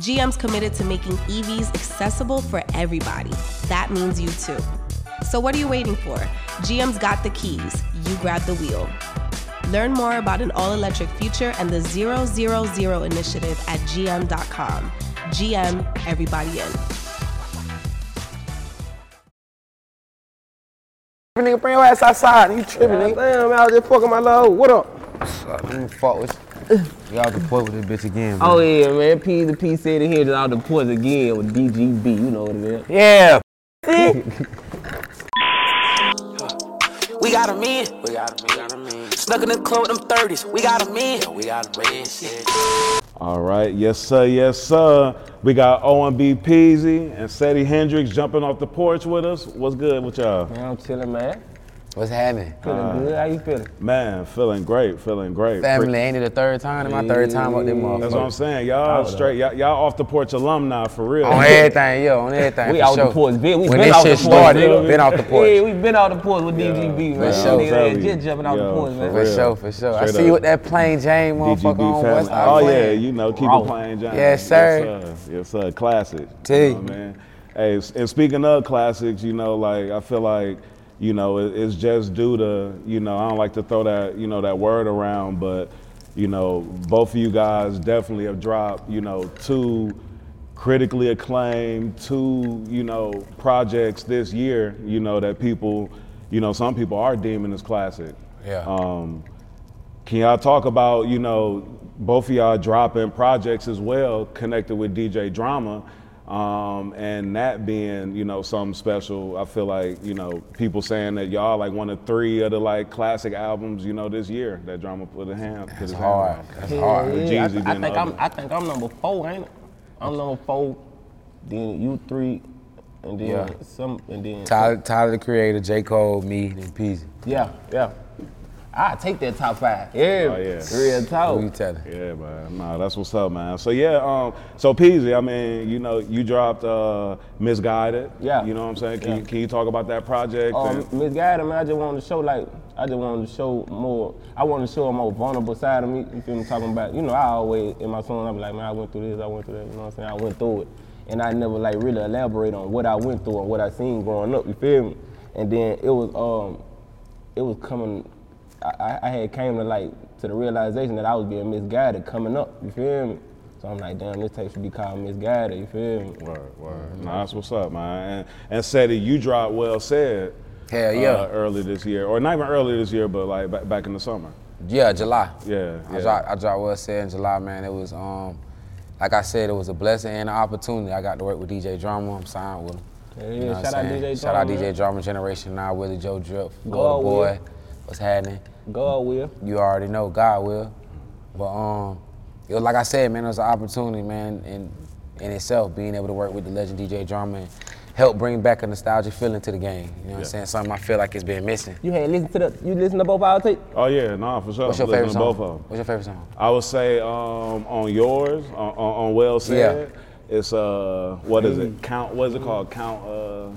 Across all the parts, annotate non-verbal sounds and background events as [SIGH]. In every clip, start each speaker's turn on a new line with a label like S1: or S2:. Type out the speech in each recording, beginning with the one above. S1: GM's committed to making EVs accessible for everybody. That means you too. So, what are you waiting for? GM's got the keys, you grab the wheel. Learn more about an all electric future and the 000 initiative at GM.com. GM, everybody in.
S2: Nigga, bring your ass outside. You tripping, nigga. Damn, I'm out there fucking my love. What up?
S3: Fuck with y'all can fuck with this bitch again. Man.
S4: Oh yeah, man. P the P said it here that all the points again with DGB. You know what it is.
S3: yeah.
S4: [LAUGHS]
S5: We got 'em in. We got 'em in. Snuck in the club with them 30s. We got 'em in. we got 'em in.
S6: All right, yes sir, yes sir. We got OMB Peasy and Sadie Hendrix jumping off the porch with us. What's good with y'all?
S4: Man, I'm chilling, man.
S3: What's happening?
S4: Feeling
S3: Uh,
S4: good. How you feeling?
S6: Man, feeling great, feeling great.
S3: Family, ain't it the third time? It's my third time up there, motherfucker.
S6: That's what I'm saying. Y'all straight, y'all, y'all off the porch alumni for real.
S3: On everything, yo, on everything.
S4: We
S3: for
S4: out
S3: sure.
S4: the porch, bitch. We
S3: When
S4: been
S3: this
S4: out
S3: shit
S4: the porch,
S3: started,
S4: nigga.
S3: been out the porch.
S4: [LAUGHS] Yeah, we been out the porch with DGB, man.
S3: for sure.
S4: Nigga,
S6: Tell
S4: they
S6: you.
S4: just jumping out
S6: Yeah,
S4: the porch, man.
S3: For
S6: Real.
S3: sure, for sure. I
S6: Straight
S3: see you
S6: up.
S3: with that plain Jane motherfucker on.
S6: family.
S3: What's up?
S6: Oh yeah, you know, keep
S4: Raw.
S6: it playing, Johnny.
S3: Yes, sir.
S6: Yes, sir. Yes, sir. Classic.
S3: T.
S6: You know, man. Hey, s- and speaking of classics, you know, like I feel like, you know, it, it's just due to, you know, I don't like to throw that, you know, that word around, but, you know, both of you guys definitely have dropped, you know, two critically acclaimed, two, you know, projects this year, you know, that people, you know, some people are deeming as classic.
S3: Yeah.
S6: Um, can y'all talk about, you know, both of y'all dropping projects as well connected with DJ Drama um, and that being, you know, something special. I feel like, you know, people saying that y'all like one of three of the like classic albums, you know, this year that Drama put a hand. put his
S3: That's
S6: hand
S3: hard.
S6: on.
S3: That's
S4: Yeah,
S3: hard.
S6: With
S4: yeah. I,
S6: Jeezy
S4: th- I
S6: being
S4: think
S6: the
S4: I'm,
S6: other.
S4: I think I'm number four, ain't it? I'm number four. Then you three, and then
S3: Yeah.
S4: some, and then
S3: Tyler, Tyler the Creator, J. Cole, me, and Peasy.
S4: yeah, yeah. I take that top five. Yeah,
S6: Oh, yeah.
S4: real
S3: Who you
S4: talk.
S3: telling?
S6: Yeah, man. Nah, that's what's up, man. So yeah, um, so Peasy, I mean, you know, you dropped uh, Misguided.
S4: Yeah.
S6: You know what I'm saying? Can,
S4: Yeah.
S6: you, can you talk about that project?
S4: Um,
S6: and-
S4: Miss Gaddy, man, I just wanted to show like I just wanted to show more. I wanted to show a more vulnerable side of me. You feel me talking about? You know, I always in my song I be like, man, I went through this, I went through that. You know what I'm saying? I went through it, and I never like really elaborate on what I went through and what I seen growing up. You feel me? And then it was um, it was coming. I, I- I had came to like to the realization that I was being misguided coming up. You feel me? So I'm like, damn, this tape should be called misguided. You feel me?
S6: Word, word. Mm-hmm. Nah, that's what's up, man. And, and Seti, you dropped Well Said.
S3: Hell yeah.
S6: Uh, early this year, or not even early this year, but like ba- back in the summer.
S3: Yeah, July.
S6: Yeah,
S3: I
S6: yeah.
S3: dropped I dropped Well Said in July, man. It was um, like I said, it was a blessing and an opportunity. I got to work with DJ Drama. I'm signed with him.
S4: Yeah,
S3: know what
S4: shout
S3: I'm
S4: out
S3: saying?
S4: DJ
S3: Shout out
S4: Drama, Oh,
S3: DJ
S4: man.
S3: Drama Generation Now, Willie Joe Drip, Go,
S4: God
S3: to Boy.
S4: will.
S3: What's happening?
S4: God will.
S3: You already know God will. But um, it was like I said, man, it was an opportunity, man, in in itself, being able to work with the legend DJ Drama and help bring back a nostalgic feeling to the game. You know what I'm
S6: Yeah.
S3: saying? Something I feel like it's been missing.
S4: You had listened to the you listened to both our tape?
S6: Oh yeah, nah, for sure.
S3: What's your favorite
S6: Listen to
S3: song?
S6: Both of 'em.
S3: What's your favorite song?
S6: I would say um, on yours, on, on, on Well Said, it's uh, what is
S3: Mm.
S6: it? Count? What is it called? Count? Uh,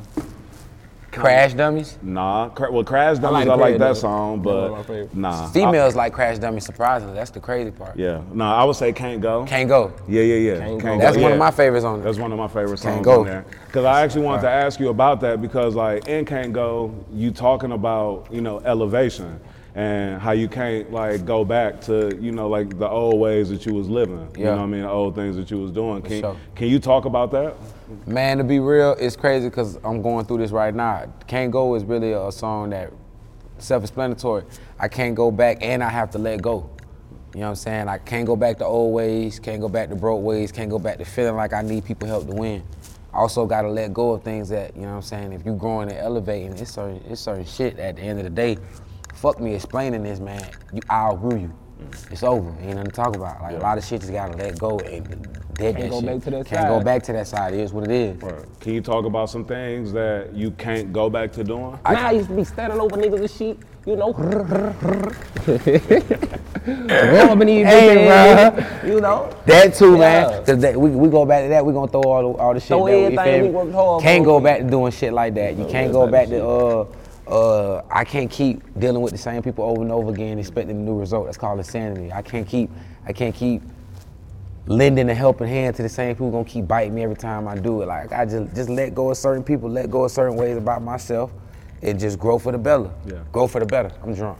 S3: Crash Dummies.
S6: nah. Cra- well, Crash Dummies.
S4: like
S6: I like,
S4: Crash
S6: that
S4: Dummies.
S6: song,
S4: That's one
S6: but
S4: of my favorites.
S6: nah. I-
S3: Females like Crash Dummies. Surprisingly, that's the crazy part.
S6: yeah, nah. I would say Can't Go.
S3: Can't go.
S6: Yeah, yeah, yeah.
S4: Can't
S6: Can't
S4: Go.
S3: That's one
S6: yeah.
S3: of my favorites on it.
S6: That's one of my favorite
S3: Can't
S6: songs
S3: go.
S6: on there. Because I actually wanted to ask you about that because, like, in Can't Go, you talking about, you know, elevation and how you can't, like, go back to, you know, like the old ways that you was living. You
S3: Yeah.
S6: know what I mean? The old things that you was doing. Can,
S3: sure.
S6: can you talk about that?
S3: Man, to be real, it's crazy because I'm going through this right now. Can't Go is really a song that self-explanatory. I can't go back and I have to let go. You know what I'm saying? I can't go back to old ways, can't go back to broke ways, can't go back to feeling like I need people help to win. I also gotta let go of things that, you know what I'm saying, if you growing and elevating, it's certain it's certain shit at the end of the day. Fuck me explaining this, man. You I outgrew you. it's over. Ain't nothing to talk about. Like a lot of shit just gotta let go and dead
S4: Can't
S3: that
S4: go
S3: shit.
S4: back to that
S3: Can't
S4: side.
S3: go back to that side. It is what it is.
S6: Right. Can you talk about some things that you can't go back to doing?
S4: now I used to be standing over niggas and shit,
S3: [LAUGHS]
S4: you know. Rubbing these
S3: Hey,
S4: bitches, you know.
S3: That too,
S4: Yeah.
S3: man. Cause that, we, we go back to that. We gonna throw all the, all the shit.
S4: Throw
S3: that we,
S4: everything
S3: fam-
S4: we worked hard
S3: Can't go
S4: for.
S3: back to doing shit like that. You can't go
S4: that
S3: back
S4: type
S3: to uh uh. I can't keep dealing with the same people over and over again, expecting a new result. That's called insanity. I can't keep. I can't keep lending a helping hand to the same people who gonna keep biting me every time I do it. Like I just just let go of certain people, let go of certain ways about myself, and just grow for the better.
S6: Yeah.
S3: Grow for the better. I'm drunk.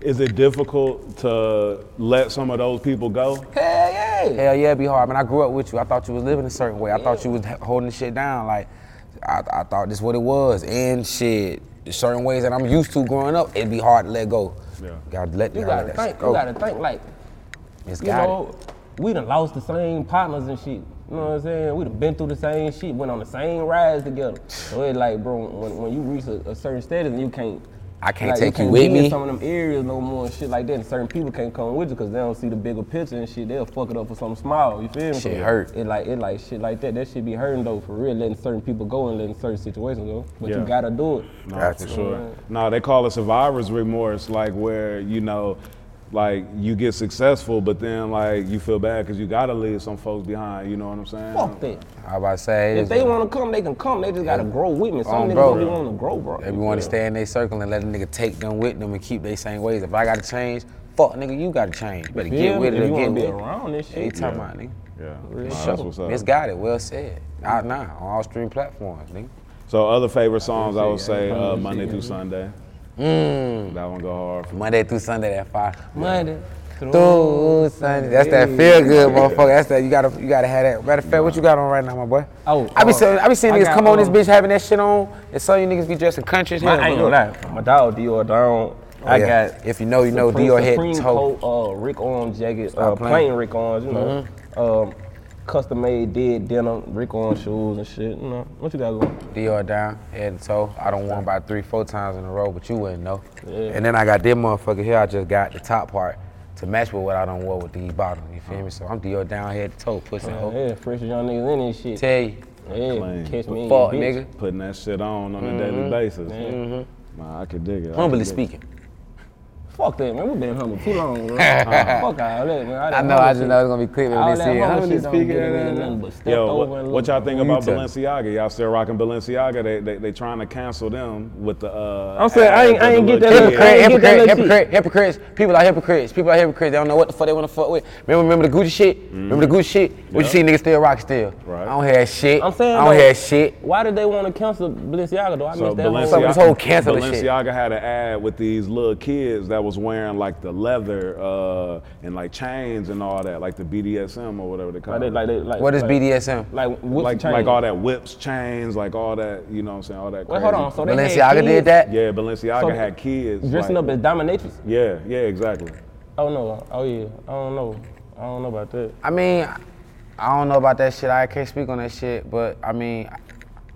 S6: Is it difficult to let some of those people go?
S4: Hell yeah.
S3: Hell yeah, it be hard. Man, I grew up with you. I thought you was living a certain way. I thought you was h- holding shit down. Like, I, I thought this what it was. And shit, the certain ways that I'm used to growing up, it'd be hard to let go.
S6: Yeah.
S3: Gotta let,
S4: You
S3: gotta
S4: gotta
S3: let that
S4: think.
S3: shit
S4: You
S3: go.
S4: gotta think like
S3: It's
S4: you
S3: got
S4: know. We done lost the same partners and shit. You know what I'm saying? We done been through the same shit, went on the same rides together. So it's like, bro, when, when you reach a, a certain status and you can't,
S3: I can't
S4: like,
S3: take you
S4: can't
S3: with
S4: be
S3: me.
S4: in some of them areas no more and shit like that. And certain people can't come with you because they don't see the bigger picture and shit. They'll fuck it up for something small. You feel me?
S3: Shit hurt.
S4: It like it like shit like that. That shit be hurting though for real. Letting certain people go and letting certain situations go, but
S6: Yeah.
S4: you gotta do it.
S6: No,
S3: Gotcha.
S6: for sure. No, they call it survivor's remorse, like where you know, like you get successful, but then like you feel bad because you gotta leave some folks behind. You know what I'm saying?
S4: Fuck that.
S3: I about to say,
S4: If they want to come, they can come. They just gotta grow with me.
S3: Oh,
S4: Some niggas
S3: bro.
S4: don't want to grow, bro.
S3: They want to stay in their circle and let a nigga take them with them and keep they same ways. If I gotta change, fuck nigga, you gotta change. You better
S4: Yeah,
S3: get with it
S4: if
S3: or
S4: you wanna
S3: get
S4: be
S3: with it.
S4: around this shit.
S3: They talking
S6: Yeah.
S3: about nigga.
S6: Yeah.
S4: Real
S6: Nah,
S4: shit.
S6: that's what's up.
S3: Misguided, well said. Nah, nah, on all stream platforms, nigga.
S6: So other favorite songs I would say
S4: Yeah.
S6: uh, Monday through Sunday.
S4: Mm.
S6: That one go hard. For
S3: Monday through Sunday at five.
S4: Monday.
S3: Through Sunday. That's that feel good, motherfucker. That's that you gotta you gotta have that. Matter of fact, what you got on right now, my boy?
S4: Oh,
S3: I be
S4: uh,
S3: seeing I be seeing
S4: I
S3: niggas
S4: got,
S3: come on this
S4: um,
S3: bitch having that shit on, and some of you niggas be dressing country as hell.
S4: I ain't
S3: but
S4: gonna lie. My dog Dior Down. I
S3: yeah.
S4: got.
S3: If you know, you know.
S4: Supreme-
S3: Dior head
S4: Supreme
S3: to toe.
S4: coat, uh, Rick Owens jacket, uh,
S3: Stop playing.
S4: plain Rick Owens, you know,
S3: Mm-hmm.
S4: um, custom made dead denim, Rick Owens shoes and shit. You know, what you got going?
S3: Dior down, head to toe. I don't want about three, four times in a row, but you wouldn't know. And then I got this motherfucker here. I just got the top part to match with what I don't wear with these bottoms. You feel me? So I'm Dior down, head to toe, pussy hoe.
S4: Yeah, fresh as young niggas in this shit.
S3: Oh. Tell you,
S4: Yeah,
S6: Clean.
S4: catch me in your
S3: fuck,
S4: bitch.
S3: nigga.
S6: putting that shit on on a
S4: Mm-hmm.
S6: daily basis. Nah, I could dig it. I
S3: Humbly
S6: could dig it.
S3: speaking.
S4: Fuck that, man. We've been humble too long, bro. Fuck all that, man.
S3: I know, I just know it's gonna be clipping
S4: All
S3: when
S4: that
S3: they see it.
S4: humble
S3: Humbly
S4: shit don't
S3: speaking.
S4: get
S3: da,
S4: me
S3: da, da.
S4: nothing but stepped
S6: Yo,
S4: over
S6: what,
S4: and
S6: what y'all think
S3: Who you
S6: about
S3: telling?
S6: Balenciaga? Y'all still rocking Balenciaga? They they, they trying to cancel them with the. Uh,
S4: I'm saying, I
S6: ads
S4: ain't-
S6: of
S4: I
S6: the
S4: ain't get
S6: little
S4: that
S6: kids.
S4: little
S3: hypocrite,
S4: Hey, get that
S3: hypocrite,
S4: little
S3: hypocrite, hypocrites. People are hypocrites. People are hypocrites. They don't know what the fuck they want to fuck with. Remember, remember the Gucci shit. Remember the Gucci shit. What you see niggas still rock still.
S6: Mm-hmm. Right.
S3: I don't hear that shit.
S4: I'm saying,
S3: I don't
S4: though,
S3: hear that shit.
S4: Why did they want to cancel Balenciaga though? I
S6: So
S4: missed that. whole-
S3: Fuck with
S6: Balenciaga,
S3: this whole canceling shit.
S6: Balenciaga had an ad with these little kids that was wearing like the leather uh, and like chains and all that, like the BDSM or whatever they call
S4: Like, they,
S6: it.
S4: like, they, like,
S3: What is
S4: like,
S3: BDSM?
S4: Like, what's
S6: like, like all that whips, chains, like all that. You know what I'm saying? All that.
S4: Wait,
S6: crazy.
S4: hold on. So they had
S3: Balenciaga did
S4: kids
S3: that.
S6: yeah, Balenciaga
S4: So-
S6: had kids
S4: Dressing
S6: like-
S4: up as dominatrix.
S6: Yeah, yeah, exactly.
S4: Oh no. Oh yeah. I don't know. I don't know about that.
S3: I mean, I don't know about that shit. I can't speak on that shit. But I mean,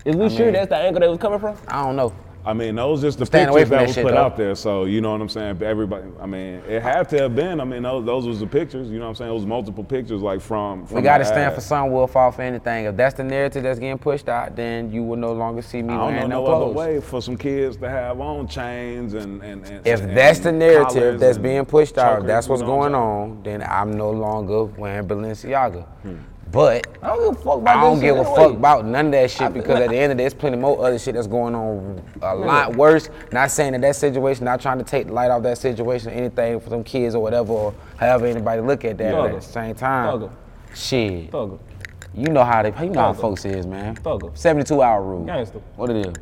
S4: Is we sure that's the angle they was coming from?
S3: I don't know.
S6: I mean, those just the
S3: Staying away
S6: pictures
S3: from that
S6: that was
S3: shit,
S6: put
S3: though.
S6: out there. So you know what I'm saying. Everybody, I mean, it had to have been. I mean, those, those was the pictures. You know what I'm saying. It was multiple pictures, like from. from
S3: We gotta
S6: the
S3: stand
S6: ad.
S3: for some. We'll fall for anything. If that's the narrative that's getting pushed out, then you will no longer see me
S6: I don't know
S3: wearing
S6: no
S3: no
S6: other
S3: clothes.
S6: way for some kids to have on chains and and. and
S3: If
S6: and
S3: that's the narrative
S6: collars
S3: that's
S6: and
S3: being pushed out,
S6: chokers,
S3: that's
S6: you
S3: what's
S6: know what I'm
S3: going on, then I'm no longer wearing Balenciaga. But
S4: Hmm. I don't give a fuck about
S3: I don't
S4: this
S3: give
S4: shit
S3: a
S4: anyway.
S3: fuck about none of that shit
S4: feel
S3: because
S4: like-
S3: at the end of the day, there's plenty more other shit that's going on
S4: Hmm.
S3: a lot worse. Not saying that that situation, not trying to take the light off that situation or anything for some kids or whatever, or however anybody look at that. But
S4: Thugger.
S3: at the same time,
S4: Thugger.
S3: shit,
S4: Thugger.
S3: you know how they, you know how
S4: Thugger.
S3: folks is, man.
S4: Thugger.
S3: 72 hour rule.
S4: Gangster.
S3: What it is?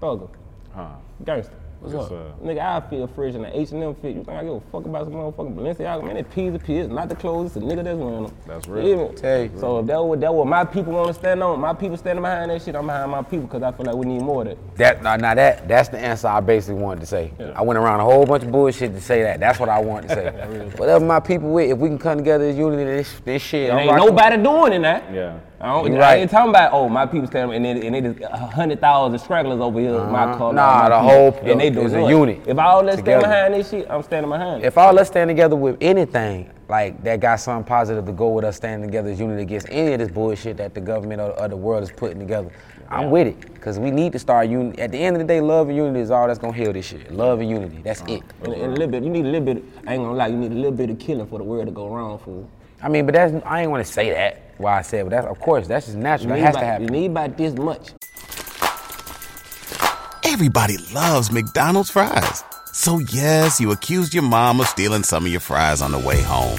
S4: Thugger.
S6: Huh.
S4: Gangster. What's
S6: Yes,
S4: up?
S6: sir.
S4: Nigga, I feel fresh in the H&M fit. You think I give a fuck about some motherfucking Balenciaga? Man, that peas the piss, not the clothes. It's the nigga that's wearing them.
S6: That's
S4: You
S6: real.
S4: hear me?
S3: Hey.
S4: So if that what, that what my people want to stand on, my people standing behind that shit, I'm behind my people because I feel like we need more of that.
S3: That now, now that that's the answer I basically wanted to say. I went around a whole bunch of bullshit to say that. That's what I wanted
S4: [LAUGHS]
S3: to say. Whatever my people with, if we can come together as unity, this, this shit.
S4: And
S3: I'm
S4: ain't
S3: rocking-
S4: nobody doing it now.
S6: Yeah.
S4: I I don't.
S3: You
S4: I
S3: right.
S4: ain't talking about oh my people stand up and they, and they just a hundred thousand stragglers over here. My
S3: Uh-huh.
S4: color.
S3: Nah,
S4: my
S3: the
S4: people.
S3: whole
S4: and they do
S3: is a
S4: it.
S3: unit
S4: If I all let's stand
S3: together.
S4: behind this shit, I'm standing behind. it.
S3: If all us stand together with anything, like that got something positive to go with us standing together as unit against any of this bullshit that the government or, or the world is putting together, I'm with it. Cause we need to start unity. At the end of the day, love and unity is all that's gonna heal this shit. Love and unity. That's it.
S4: Uh, and, and a little bit, you need a little bit. I ain't gonna lie, you need a little bit of killing for the world to go wrong for.
S3: I mean, but that's I ain't wanna say that why I said, but that's of course that's just natural. It has to
S4: You
S3: happen.
S4: need about this much.
S7: Everybody loves McDonald's fries. So yes, you accused your mom of stealing some of your fries on the way home.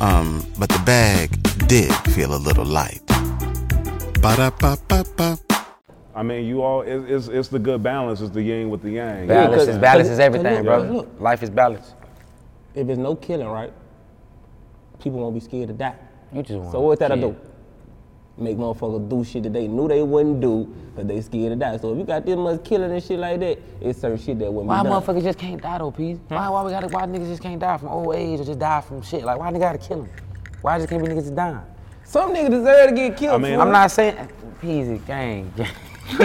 S7: Um, but the bag did feel a little light. Ba-da-ba-ba-ba.
S6: I mean, you all, it's, it's, it's the good balance. It's the yin with the yang.
S3: Balance
S4: Yeah, 'cause-
S3: is balance is
S4: 'cause look-
S3: everything,
S4: look,
S3: brother.
S4: look.
S3: Life is balance.
S4: If there's no killing, right, people won't be scared to die.
S3: You just want
S4: So what that I
S3: shit.
S4: do? Make motherfuckers do shit that they knew they wouldn't do, cause they scared to die. So if you got this much killing and shit like that, it's certain shit that wouldn't
S3: Why
S4: be done.
S3: motherfuckers just can't die though, P's?
S4: Hmm?
S3: Why, why we gotta why niggas just can't die from old age or just die from shit? Like why nigga gotta kill them? Why just can't be niggas just dying?
S4: Some niggas deserve to get killed.
S6: I mean-
S4: fool.
S3: I'm not saying Peasy gang.
S6: I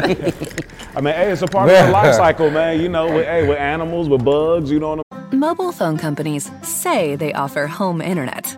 S6: mean, hey, it's a part of the
S3: [LAUGHS]
S6: life cycle, man. You know, with, hey, with animals, with bugs, you know what
S8: Mobile phone companies say they offer home internet.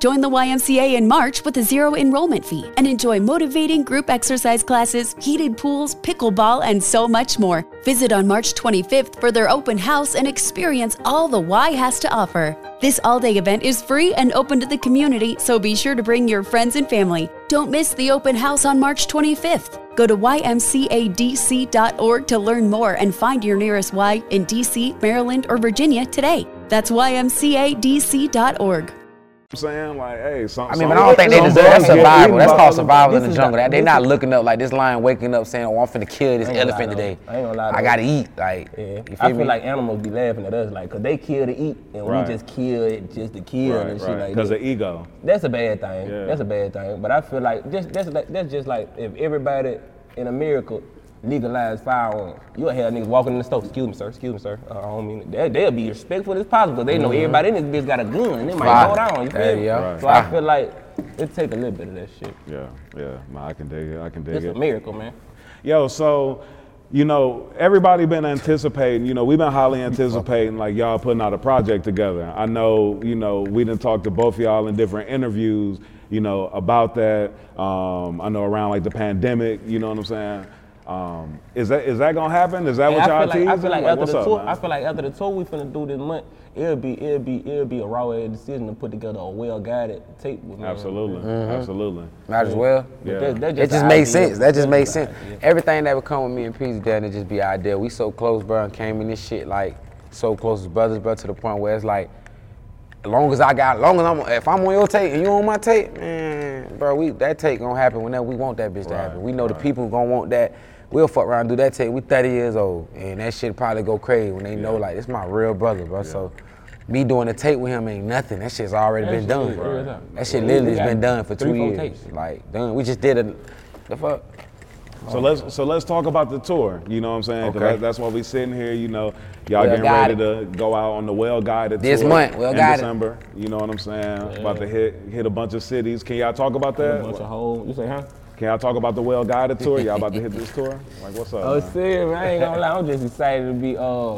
S9: Join the YMCA in March with a zero enrollment fee and enjoy motivating group exercise classes, heated pools, pickleball, and so much more. Visit on March 25th for their open house and experience all the Y has to offer. This all day event is free and open to the community, so be sure to bring your friends and family. Don't miss the open house on March 25th. Go to ymcadc.org to learn more and find your nearest Y in DC, Maryland, or Virginia today. That's ymcadc.org.
S6: I'm saying? Like, hey, some,
S3: I mean,
S6: some-
S3: but I don't think they
S6: some
S3: deserve
S6: bugs
S3: that's
S6: get
S3: survival.
S6: eaten
S3: That's
S6: by
S3: called
S6: other
S3: survival
S6: bugs.
S3: in the jungle. That they not looking up like this lion waking up saying, "Oh, I'm finna kill this
S4: I ain't gonna
S3: elephant
S4: lie,
S3: today.
S4: though. I ain't gonna lie,
S3: I
S4: though.
S3: gotta eat." Like,
S4: Yeah.
S3: you feel
S4: I
S3: me?
S4: feel like animals be laughing at us, like, cause they kill to eat, and
S6: Right.
S4: we just kill it just to kill
S6: Right,
S4: and shit
S6: right.
S4: like
S6: Because
S4: that.
S6: of ego.
S4: That's a bad thing.
S6: Yeah.
S4: That's a bad thing. But I feel like just that's like, that's just like if everybody in America legalized firearms, you'll have niggas walking in the store. Excuse me, sir. Excuse me, sir. Uh, I don't mean it." they, they'll be respectful as possible. They know
S6: Mm-hmm.
S4: everybody in this bitch got a gun. They might
S3: Fire.
S4: hold on. You feel
S3: There
S4: me?
S3: you go.
S4: So
S3: Fire.
S4: I feel like it take a little bit of that shit.
S6: Yeah, yeah. Nah, I can dig it. I can dig
S4: It's
S6: it.
S4: a miracle, man.
S6: Yo, so you know, everybody been anticipating. You know, we've been highly anticipating like y'all putting out a project together. I know, you know, we didn't talk to both of y'all in different interviews. You know about that. Um, I know around like the pandemic. You know what I'm saying. Um, is that is that gonna happen? Is that
S4: And
S6: what
S4: I
S6: y'all
S4: feel like, I
S6: teasing?
S4: feel like
S6: Like,
S4: after
S6: what's
S4: the
S6: up,
S4: tour,
S6: man?
S4: I feel like after the tour we finna do this month, it'll be it'll be it'll be a raw ass decision to put together a well guided tape with me.
S6: Absolutely,
S4: Mm-hmm.
S6: absolutely.
S3: might as well.
S6: Yeah.
S4: That, that
S3: It
S4: an
S3: just makes
S4: idea.
S3: sense. That just makes
S4: an
S3: sense. Everything that would come with me and Peasy down it just be ideal. We so close, bro, and came in this shit like so close as brothers, bro, to the point where it's like, as long as I got, long as I'm, if I'm on your tape and you on my tape, man, bro, we that tape gonna happen whenever we want that bitch to happen. We know the people gonna want that. We'll fuck around and do that tape. We 30 years old, and that shit probably go crazy when they know like it's my real brother, bro. So. Me doing a tape with him ain't nothing. That shit's already
S4: That
S3: been
S4: shit
S3: done.
S4: is real time.
S3: That shit
S4: We
S3: literally has
S4: got
S3: been done for two
S4: three, four
S3: years.
S4: tapes.
S3: Like done. We just did a the fuck.
S6: So let's so let's talk about the tour. You know what I'm saying? 'Cause
S3: Oh, Okay.
S6: that- that's why we sitting here. You know, y'all
S3: Well
S6: getting
S3: guided.
S6: ready to go out on the well guided
S3: This
S6: tour
S3: month, well
S6: in
S3: guided.
S6: December. You know what I'm saying? About to hit hit a bunch of cities. Can y'all talk about
S4: A bunch of
S6: that?
S4: hoes. You say, huh?
S6: Can y'all talk about the well guided tour? Y'all about to
S3: [LAUGHS]
S6: hit this tour? Like what's up?
S4: Oh,
S6: man?
S4: serious, man. I ain't gonna lie. I'm just excited to be uh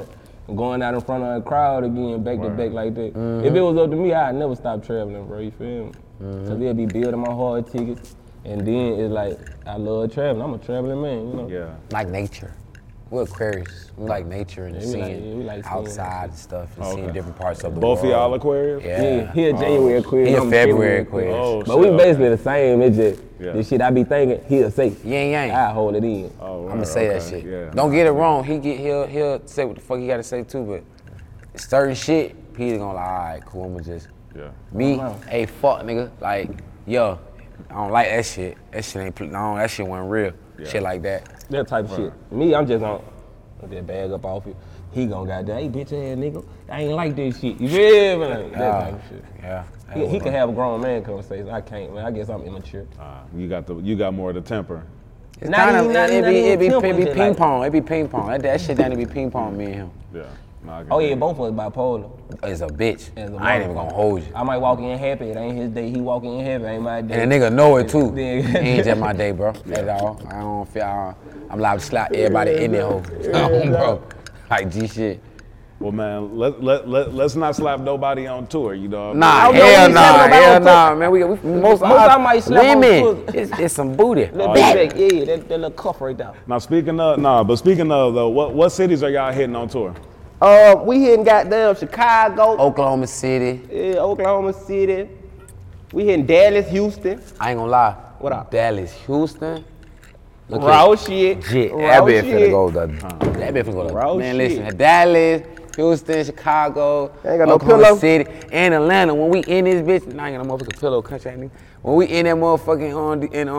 S4: going out in front of a crowd again, back to
S6: Word.
S4: back like that.
S3: Mm-hmm.
S4: If it was up to me, I'd never stop traveling, bro. You feel me?
S3: Mm-hmm.
S4: Cause they'll be building my hard tickets, and then it's like I love traveling. I'm a traveling man, you know.
S6: yeah.
S3: Like nature. We're Aquarius. We like nature and
S4: Yeah, we
S3: seeing
S4: like- yeah, we like seeing
S3: outside and stuff and
S6: Oh, Okay.
S3: seeing different parts of the
S6: Both of
S3: world.
S6: y'all Aquarius?
S3: Yeah.
S4: Yeah, he a January quiz.
S3: Oh. He a
S4: I'm
S3: February
S4: quiz.
S3: Aquarius.
S6: Oh,
S4: but we
S6: shit,
S4: basically the same. It's just
S6: Yeah.
S4: the shit I be thinking. He'll say.
S3: Yin yang.
S4: I hold it in.
S6: Oh,
S3: I'ma
S6: word,
S3: say that
S6: okay,
S3: shit.
S6: Yeah.
S3: Don't get it wrong. He get he'll he'll say what the fuck he gotta say too, but certain shit, Peter gonna like, all right, cool, I'ma just
S6: Yeah.
S3: me,
S4: Come on.
S3: hey fuck nigga. Like, yo, I don't like that shit. That shit ain't pl- no, that shit wasn't real. shit like that.
S4: That type of
S3: Right.
S4: shit. Me, I'm just on that bag up off you. He gonna goddamn, hey bitch ass nigga, I ain't like this shit. You feel me? Like, that
S3: Yeah.
S4: type of shit.
S3: Uh, Yeah.
S4: He, he can have a grown man conversation. I can't, man. I guess I'm immature.
S6: You got the you got more of the temper.
S3: It's
S4: Not
S3: kind
S4: even-
S3: of
S4: not
S3: it, it,
S4: even-
S3: be,
S4: not
S3: it, be,
S4: even
S3: it be
S4: temple,
S3: ping
S4: like-
S3: pong. It be ping pong. That, that shit down to be ping pong. Me and him.
S6: Yeah.
S4: Oh yeah, both of us bipolar.
S3: It's a bitch.
S4: As a
S3: I ain't even gonna hold you.
S4: I might walk in happy. It ain't his day. He walk in happy. Ain't my day.
S3: And the nigga know it too.
S4: [LAUGHS] Yeah.
S3: It ain't just my day,
S4: [LAUGHS]
S3: bro. At all. I don't feel. I don't, I'm liable to slap everybody in there,
S4: [LAUGHS]
S3: hoe. bro. Like G shit.
S6: Well, man, let let let let's not slap nobody on tour. You know. what I
S3: Nah,
S6: mean?
S3: hell nah, hell nah, man. We, we most,
S4: Most I might slap on
S3: women.
S4: foot.
S3: It's, it's some
S4: [LAUGHS]
S3: booty.
S4: That big back, yeah, that, that little cuff right there.
S6: Now speaking of nah, but speaking of though, what what cities are y'all hitting on tour?
S4: Uh, we hitting goddamn Chicago,
S3: Oklahoma City.
S4: yeah, Oklahoma City. We hitting Dallas, Houston.
S3: I ain't gonna lie.
S4: What up?
S3: Dallas, Houston. Look
S4: Raw
S3: here.
S4: shit.
S3: Shit,
S4: Raw
S3: that bitch
S4: shit.
S3: finna go the. That bitch finna go the.
S4: Raw
S3: man,
S4: shit.
S3: listen, Dallas, Houston, Chicago,
S4: Ain't got no
S3: Oklahoma
S4: pillow?
S3: City, and Atlanta. When we in this bitch, nah, I ain't got no motherfucking pillow country. ain't even- When we in that motherfucking on the- in on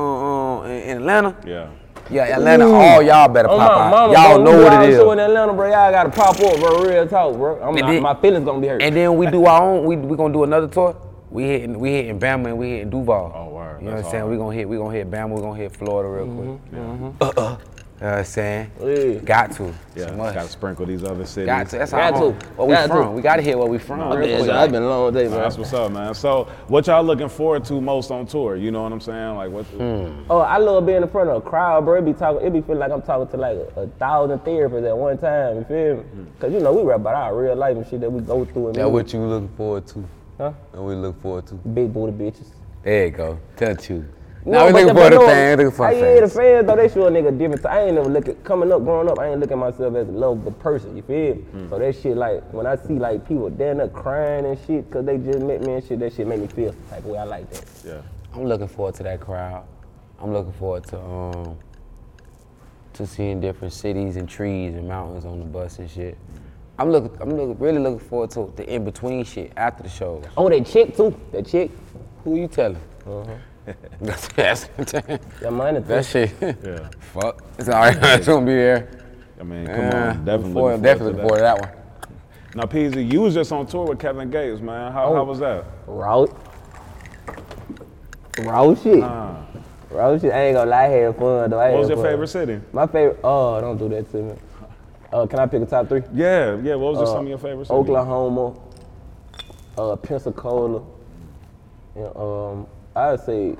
S3: on in in Atlanta,
S6: Yeah.
S3: yeah, Atlanta,
S4: Ooh.
S3: all y'all better
S4: Oh,
S3: pop
S4: my
S3: out.
S4: mama,
S3: y'all
S4: bro,
S3: know
S4: we
S3: what
S4: out
S3: it is.
S4: show in Atlanta, bro. Y'all gotta pop up, bro. Real talk, bro. I'm
S3: And
S4: not,
S3: then-
S4: my feelings gonna be hurt.
S3: And then we do our own. We we gonna do another tour. We hitting we hitting Bama and we hitting Duval.
S6: Oh, word.
S3: You know
S6: That's
S3: what I'm saying?
S6: hard.
S3: We gonna hit we gonna hit Bama. We gonna hit Florida real quick. Uh uh. You know what I'm saying?
S4: Mm-hmm, Yeah.
S3: Got to.
S6: Yeah.
S3: She must.
S6: Gotta sprinkle these other cities.
S3: Got to. That's how I'm
S4: Got
S3: on.
S4: to.
S3: Where we
S4: Got to.
S3: from? We gotta hit where we from.
S6: Nah,
S3: real
S6: man,
S3: quick.
S6: so
S4: It's been a long day,
S6: Nah,
S4: man.
S6: that's what's up, man. So, what y'all looking forward to most on tour? You know what I'm saying? Like, what?
S3: Hmm.
S4: Oh, I love being in front of a crowd, bro. It be talking, it be feeling like I'm talking to like a, a thousand therapists at one time. You feel me?
S3: Mm-hmm.
S4: Cause you know we rap about our real life and shit that we go through. And
S3: That
S4: music.
S3: what you looking forward to?
S4: Huh?
S3: That we look forward to.
S4: big booty bitches.
S3: There you go. Tell you.
S4: No,
S3: Now we
S4: but
S3: looking
S4: the-
S3: for the
S4: but no,
S3: fans. Looking for
S4: I-
S3: the
S4: Yeah, the
S3: fans.
S4: fans though, they show a nigga different. I ain't never looking coming up, growing up. I ain't looking myself as a lovable person. You feel me?
S3: Hmm.
S4: So that shit, like when I see like people down there crying and shit, cause they just met me and shit. That shit make me feel some type of way. I like that.
S6: Yeah.
S3: I'm looking forward to that crowd. I'm looking forward to um to seeing different cities and trees and mountains on the bus and shit. I'm looking I'm looking really looking forward to the in between shit after the show. [LAUGHS]
S4: Oh, that chick too. That chick.
S3: Who you telling? That's that's
S4: That money. too.
S3: that shit.
S6: Yeah.
S3: Fuck. It's all right. [LAUGHS] it's gonna be there.
S6: I mean, come
S3: Yeah.
S6: on. Definitely.
S3: Before- definitely
S6: looking forward to
S3: looking forward to that one.
S6: that. Now, Peasy, you was just on tour with Kevin Gates, man. How,
S3: Oh.
S6: how was that?
S4: Raw. Raw shit. Raw shit. I ain't gonna lie, I had fun though. I
S6: What was
S4: had
S6: your
S4: fun.
S6: favorite city?
S4: My favorite. Oh, don't do that to me. Uh, can I pick a top three?
S6: Yeah, yeah. What was just some of your favorite cities?
S4: Oklahoma, uh, Pensacola, and um, I would say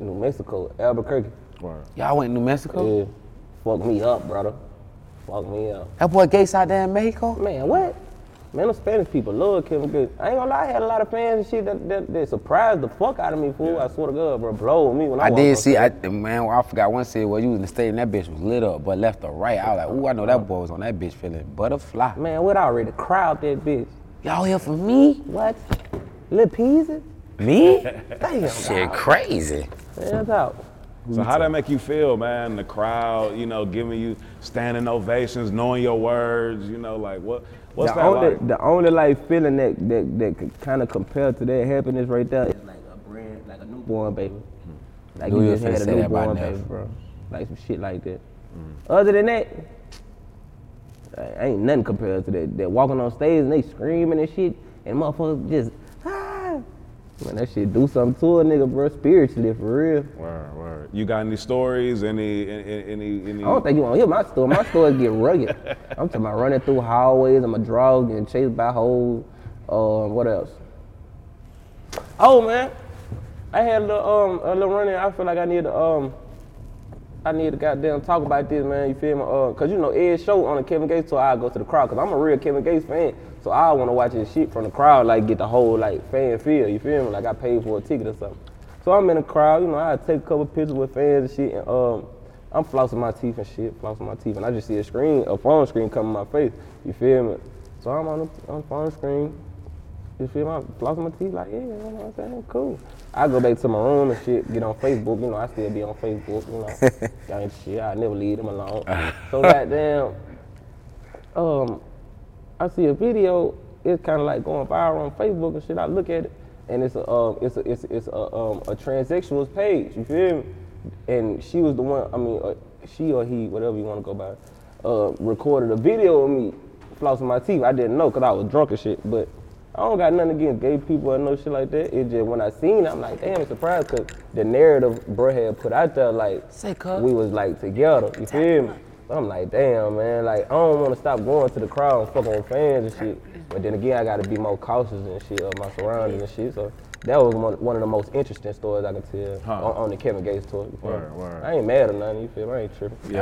S4: New Mexico, Albuquerque.
S6: Word.
S3: Y'all went to New Mexico?
S4: Yeah, fuck me up, brother. Fuck me up.
S3: That boy Gates out there in Mexico?
S4: Man, what? Man, them Spanish people love Kevin Gates. I ain't gonna lie, I had a lot of fans and shit that, that, that surprised the fuck out of me, fool. I swear to God, bro, blow me when I
S3: I
S4: walked on
S3: did see, I, man, I forgot one city where you was in the stage and that bitch was lit up, but left or right. I was like, ooh, I know that boy was on that bitch feeling butterfly.
S4: Man, what already crowd that bitch?
S3: Y'all here for me?
S4: What?
S3: [LAUGHS]
S4: Lil Peasy?
S3: Me?
S4: Damn,
S3: Shit, crazy.
S4: that's out.
S6: So how that make you feel, man? The crowd, you know, giving you standing ovations, knowing your words, you know, like what? What's
S4: the
S6: that
S4: only,
S6: like?
S4: The only like feeling that that that could kind of compare to that happiness right there is like a brand, like a newborn baby. Like
S3: Knew you
S4: you
S3: was
S4: just
S3: finna
S4: had a
S3: say that by
S4: newborn
S3: now.
S4: baby, bro. Like some shit like that. Other than that, I- ain't nothing compared to that. That walking on stage and they screaming and shit, and motherfuckers just ah. Man, that shit do something to a nigga, bro. Spiritually, for real.
S6: Word, word. You got any stories? Any, any, any? any
S4: I don't think you want to hear my story. My story get rugged. [LAUGHS] I'm talking about running through hallways. I'm a drug getting chased by hoes. Um, what else? Oh man, I had a little, um a little running. I feel like I need to um I need to goddamn talk about this, man. You feel me? Uh, cause you know Ed show on the Kevin Gates tour, I go to the crowd. Cause I'm a real Kevin Gates fan, so I want to watch his shit from the crowd, like get the whole like fan feel. You feel me? Like I paid for a ticket or something. So I'm in the crowd, you know. I take a couple pictures with fans and shit, and um, I'm flossing my teeth and shit, flossing my teeth, and I just see a screen, a phone screen come in my face. You feel me? So I'm on the, on the phone screen. You feel my floss my teeth like yeah, you know what I'm saying? Cool. I go back to my room and shit, get on Facebook, you know, I still be on Facebook, you know. ain't shit, I never leave them alone. So goddamn um I see a video, it's kinda like going viral on Facebook and shit. I look at it and it's a um it's a it's a, it's a um a transsexual's page, you feel me? and she was the one. I mean, uh, she or he, whatever you want to go by, uh, recorded a video of me flossing my teeth. I didn't know because I was drunk and shit. But I don't got nothing against gay people or no shit like that. It just when I seen, it, I'm like, damn, surprised because the narrative bruh had put out there like we was like together. You feel me? I'm like, damn, man. Like, I don't want to stop going to the crowd and fucking with fans and shit. But then again, I got to be more cautious and shit of my surroundings and shit. So that was one, one of the most interesting stories I could tell on, on the Kevin Gates tour. you feel me?
S6: Word, word.
S4: I ain't mad or nothing. You feel me? I ain't tripping.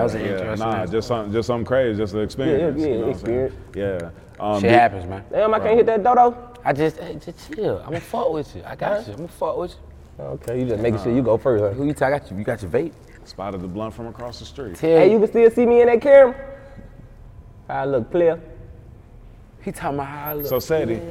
S6: Nah, just something, just something crazy, just an experience.
S4: yeah,
S6: you know what I'm saying?
S4: experience.
S6: Yeah. Um,
S3: Shit
S6: be-
S3: happens, man.
S4: Damn, I can't hit that dodo.
S3: I just, hey, just chill. I'ma fuck with you. I got you. I'ma fuck with you.
S4: Okay, you just making sure you go first. huh?
S3: Who you talking? I got you. You got your vape.
S6: Spotted the blunt from across the street.
S3: Tell
S4: Hey,
S3: you.
S4: you can still see me in that camera. I look player.
S3: He talking about how I look.
S6: So Sadie,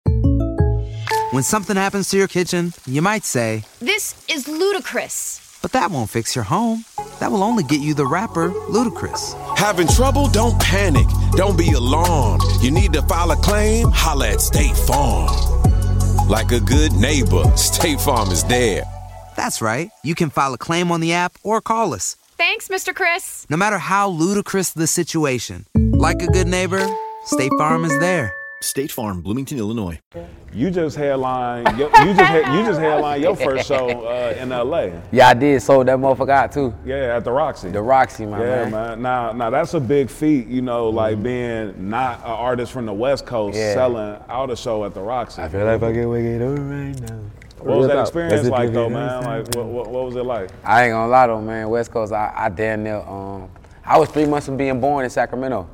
S10: When something happens to your kitchen, you might say,
S11: This is ludicrous.
S10: but that won't fix your home. That will only get you the rapper, Ludacris.
S12: Having trouble? Don't panic. Don't be alarmed. You need to file a claim? Holla at State Farm. Like a good neighbor, State Farm is there.
S10: That's right. You can file a claim on the app or call us,
S11: Thanks, Mr. Chris.
S10: no matter how ludicrous the situation. Like a good neighbor, State Farm is there.
S13: State Farm, Bloomington, Illinois.
S6: you just headline, yo- you just he- you just headline your first show uh, in L.A.
S3: Yeah, I did. Sold that motherfucker out too.
S6: Yeah, at the Roxy.
S3: The Roxy, my
S6: yeah,
S3: man. Mm-hmm.
S6: man. Now, now that's a big feat, you know, like being not an artist from the West Coast
S3: Yeah.
S6: selling out a show at the Roxy. I
S3: feel like I get wicked over right now.
S6: What was that experience
S3: That's a
S6: like, though,
S3: different
S6: man?
S3: understanding.
S6: Like, what, what, what was it like?
S3: I ain't gonna lie though, man. West Coast, I, I damn near. Um, I was three months from being born in Sacramento.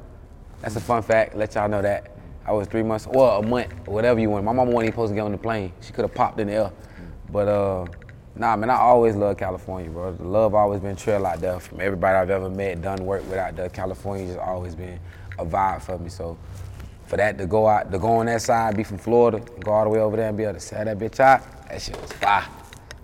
S3: That's a fun fact. Let y'all know that. I was three months, well, a month, whatever you want. My mama wasn't even supposed to get on the plane. She could have popped in the air. But uh, nah, man, I always love California, bro. The love always been trail out there from everybody I've ever met, done work with out there. California just always been a vibe for me. So for that to go out, to go on that side, be from Florida, go all the way over there and be able to sell that bitch out, that shit was fire.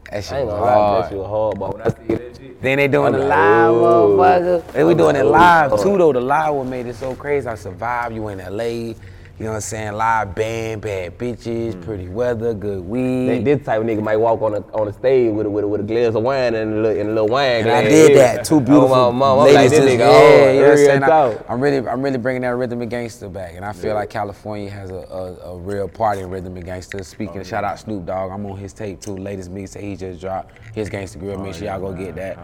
S3: That shit
S4: I ain't
S3: was
S4: gonna lie,
S3: hard.
S4: that shit was hard, but when I see that shit,
S3: Then they doing
S4: I'm
S3: it
S4: like,
S3: live,
S4: "Ooh."
S3: motherfucker. And we
S4: I'm
S3: doing
S4: like,
S3: it
S4: "Ooh,
S3: live
S4: fuck."
S3: too, though. The live one made it so crazy. I survived. You in LA. You know what I'm saying? Live band, bad bitches, pretty weather, good weed.
S4: Mm. They, this type of nigga might walk on a on a stage with a, with a, with a glass of wine and a little, and a little wine.
S3: And I
S4: glass.
S3: did that. Two
S4: Oh,
S3: beautiful
S4: my mama, I'm
S3: ladies.
S4: like, this
S3: just-
S4: nigga,
S3: yeah,
S4: oh,
S3: you know what I'm
S4: real
S3: saying?
S4: talk.
S3: I, am really, I'm really bringing that rhythm and gangster back, and I feel
S4: Yeah.
S3: like California has a, a, a real party in rhythm and gangster.
S4: Oh,
S3: Speaking, shout out Snoop Dogg. I'm on his tape too. Latest mix that he just dropped. His gangster grill. Make sure y'all go get that.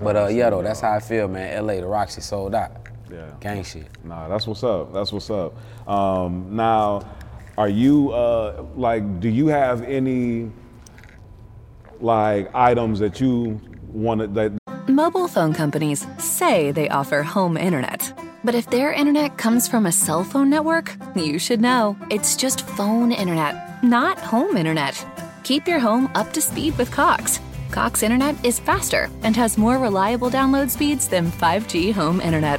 S3: But uh, yeah, though, that's how I feel, man. LA, the Roxy sold out.
S6: Yeah.
S3: Gang shit.
S6: Nah, that's what's up. That's what's up. Um, now, are you uh, like? Do you have any like items that you wanted that
S8: Mobile phone companies say they offer home internet. But if their internet comes from a cell phone network, you should know it's just phone internet, not home internet. Keep your home up to speed with Cox. Cox internet is faster and has more reliable download speeds than 5G home internet.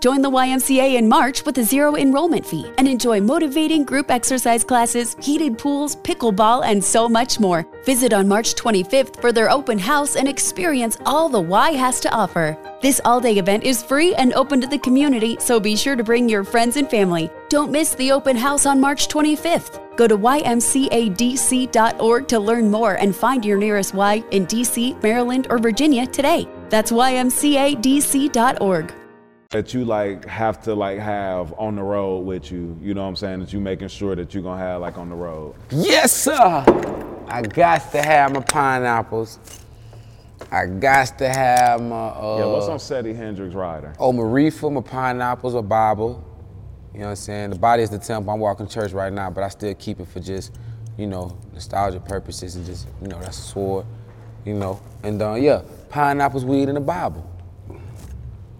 S9: Join the YMCA in March with a zero enrollment fee and enjoy motivating group exercise classes, heated pools, pickleball, and so much more. Visit on March 25th for their open house and experience all the Y has to offer. This all day event is free and open to the community, so be sure to bring your friends and family. Don't miss the open house on March 25th. Go to ymcadc.org to learn more and find your nearest Y in DC, Maryland, or Virginia today. That's ymcadc.org.
S6: that you like have to like have on the road with you? You know what I'm saying? That you making sure that you gonna have like on the road.
S3: Yes, sir. I got to have my pineapples. I got to have my. Uh,
S6: yeah, what's on Seti Hendrix Rider?
S3: Oh, my reefer, my pineapples, a Bible. You know what I'm saying? The body is the temple. I'm walking to church right now, but I still keep it for just, you know, nostalgia purposes and just, you know, that's a sword, you know. And uh, yeah, pineapples, weed, and the Bible.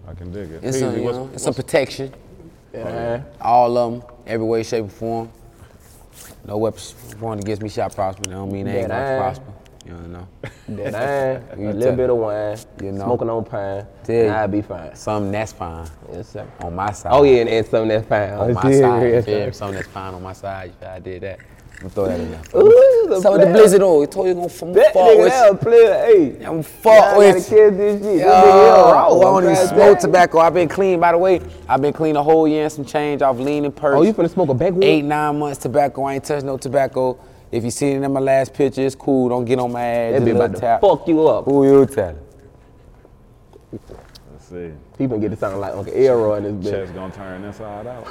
S6: I can dig it.
S3: It's,
S6: Peasy,
S3: a, you
S6: what's-
S3: know, it's a
S6: what's-
S3: protection. All of them, every way, shape, or form. No weapons formed against me shall prosper. That don't mean they ain't
S4: That
S3: gonna
S4: I-
S3: prosper. You don't
S4: [LAUGHS]
S3: know.
S4: Then I, you little bit of wine,
S3: You know.
S4: smoking on pine,
S3: Tell
S4: and
S3: you,
S4: I'll be fine.
S3: Something that's fine.
S4: Yes, sir.
S3: On my side.
S4: Oh, yeah, and, and something that's fine.
S3: On Oh, my
S4: [LAUGHS] Yeah,
S3: side.
S4: yes,
S3: Yeah,
S4: sir.
S3: something that's fine on my side. Yeah, I did that. I'm gonna throw that in there.
S4: Ooh, the
S3: Some of the
S4: player.
S3: blizzard on. You told you gonna fuck
S4: That nigga,
S3: with.
S4: that a player. Hey,
S3: I'm fuck
S4: Y'all gotta
S3: with.
S4: kill this shit. This
S3: Yo,
S4: nigga, raw.
S3: oh, I don't even
S4: Goddamn.
S3: smoke tobacco. I've been clean, by the way. I've been clean a whole year and some change. I've leaned and purged.
S4: Oh, you finna smoke a backwood?
S3: Eight, nine months tobacco. I ain't touched no tobacco. If you seen it in my last picture, it's cool. Don't get on my ass.
S4: That
S3: Just
S4: be
S3: a
S4: about
S3: little
S4: to
S3: tap.
S4: fuck you up.
S3: Who you telling?
S6: Let's see.
S4: People get to sound like Uncle Elroy in this
S6: Chest
S4: bitch.
S6: gonna turn inside out.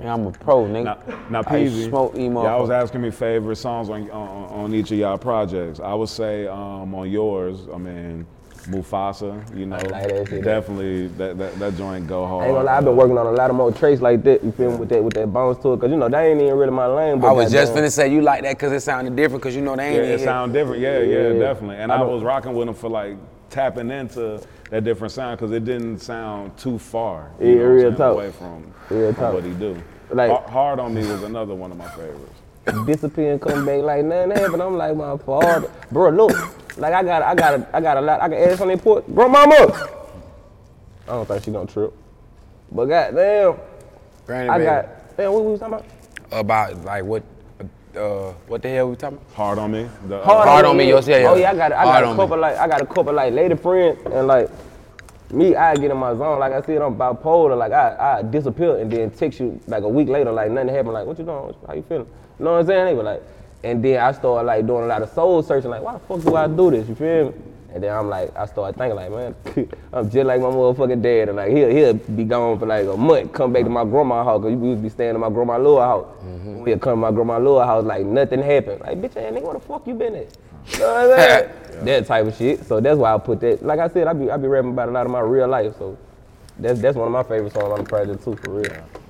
S3: Yeah, I'm a pro, nigga.
S6: Now, now
S3: I
S6: Peasy,
S3: smoke emo.
S6: y'all was asking me favorite songs on, on on each of y'all projects. I would say um, on yours, I mean, Mufasa. You know,
S4: like that shit.
S6: definitely that, that that joint go hard.
S4: I ain't gonna lie, I've been working on a lot of more tracks like that. You feel me? With that, with that bounce to it, cause you know that ain't even really my lane. But
S3: I was just
S4: goddamn-
S3: finna say you like that because it sounded different because you know they ain't
S6: uh, Yeah,
S3: in
S6: it
S3: here.
S6: sound different. Yeah, yeah,
S4: Yeah.
S6: definitely. And
S4: I
S6: I,
S4: don't-
S6: was rocking with them for like tapping into that different sound because it didn't sound too far.
S4: Yeah,
S6: what I'm
S4: real
S6: saying,
S4: talk.
S6: Away from,
S4: Real
S6: from
S4: talk.
S6: what he do.
S4: Like-
S6: Like hard on me was another one of my favorites.
S4: disappear and come back like nothing happened. I'm like my father, bro. Look, like I got, I got, I got a lot. I can ask on that porch, bro. Mama, I don't think she gonna trip, but goddamn,
S3: Granted,
S4: I
S3: baby,
S4: got. Damn, what we was talking about?
S3: about like what, uh, what the hell we talking about?
S6: Hard on me. The,
S3: Hard on me, yo, yeah, yeah.
S4: Oh yeah, I got, I
S3: Hard
S4: got a
S3: on
S4: couple like, I got a couple like lady friends and like. Me, I get in my zone. Like I said, I'm bipolar. Like I, I disappear and then text you like a week later, like nothing happened. Like what you doing? How you feeling? You know what I'm saying? They were like, and then I started like doing a lot of soul searching. Like why the fuck do I do this? You feel me? And then I'm like, I started thinking like, man, [LAUGHS] I'm just like my motherfucking dad. And like he'll he'll be gone for like a month, come back to my grandma house. Cause we used to be staying in my grandma Lua house. We'll come to my grandma Lua house like nothing happened. Like bitch, ass nigga, where the fuck you been at? You know what I'm saying? [LAUGHS] That type of shit. So that's why I put that. Like I said, I be I be rapping about a lot of my real life. So that's that's one of my favorite songs on the project too, for real.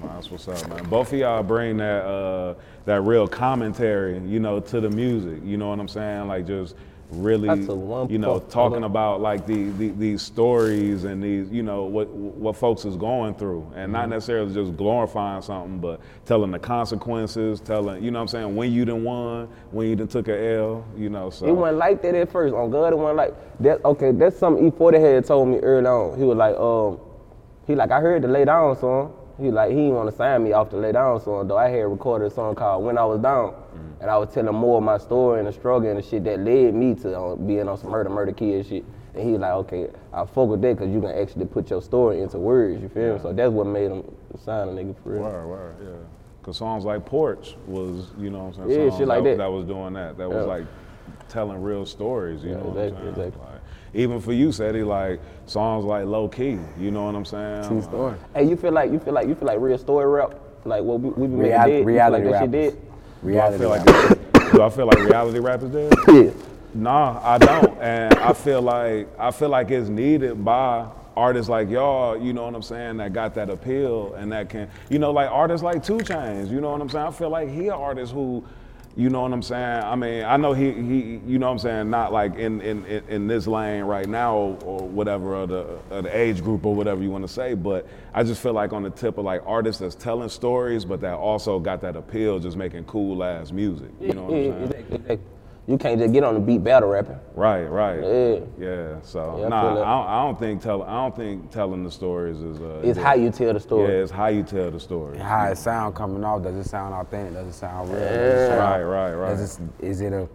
S6: Nah, That's what's up, man. Both of y'all bring that uh, that real commentary, you know, to the music. You know what I'm saying? Like just really,
S4: That's a one
S6: you know,
S4: fuck-
S6: talking about like the, the these stories and these, you know, what what folks is going through, and
S4: Mm-hmm.
S6: not necessarily just glorifying something, but telling the consequences, telling, you know, what I'm saying when you done won, when you done took a L, you know. So
S4: It wasn't like that at first. On God, it wasn't like that. Okay, that's something E40 had told me early on. He was like, um, he like I heard the lay down song. He like he didn't want to sign me off the lay down song though. I had recorded a song called When I Was Down,
S3: Mm-hmm.
S4: and I was telling more of my story and the struggle and the shit that led me to uh, being on some murder, murder kid shit. And he like, okay, I fuck with that because you can actually put your story into words. You feel me? So that's what made him sign a nigga for real.
S6: Word, word, yeah. Cause songs like Porch was, you know what I'm
S4: Yeah,
S6: saying?
S4: shit
S6: songs
S4: like that.
S6: that was doing that. That was
S4: Yeah.
S6: like telling real stories, you
S4: Yeah,
S6: know what
S4: exactly,
S6: I'm saying?
S4: exactly.
S6: Like, even for you, Seti, like songs like Low Key, you know what I'm saying? True
S3: story.
S4: Hey, you feel like you feel like you feel like real story rap, like what we, we be making
S3: Reali-
S4: dead.
S3: reality
S4: you feel like that
S3: rappers.
S4: shit
S6: Do I
S3: Reality.
S6: feel like [COUGHS]
S3: rappers.
S6: do I feel like reality rap is dead?
S4: dead. Yeah.
S6: Nah, I don't. and I feel like I feel like it's needed by artists like y'all, you know what I'm saying, that got that appeal and that can you know, like artists like Two Chains, you know what I'm saying? I feel like he an artist who you know what I'm saying? I mean, I know he, he you know what I'm saying, not like in, in, in in this lane right now or whatever, or the, or the age group or whatever you want to say, but I just feel like on the tip of like artists that's telling stories, but that also got that appeal, just making cool ass music. You know what
S4: [LAUGHS]
S6: I'm
S4: Yeah,
S6: saying?
S4: exactly, exactly. You can't just get on the beat battle rapping.
S6: Right, right.
S4: Yeah.
S6: Yeah. So
S4: Yeah, I
S6: nah, I
S4: feel
S6: don't,
S4: that.
S6: I don't think tell, I don't think telling the stories is. Uh,
S4: It's how you tell the story.
S6: Yeah, it's how you tell the story.
S3: How it sound coming off? Does it sound authentic? Does it sound real? Does it
S4: Yeah.
S3: sound-
S6: Right, right, right.
S3: Does it, is it a?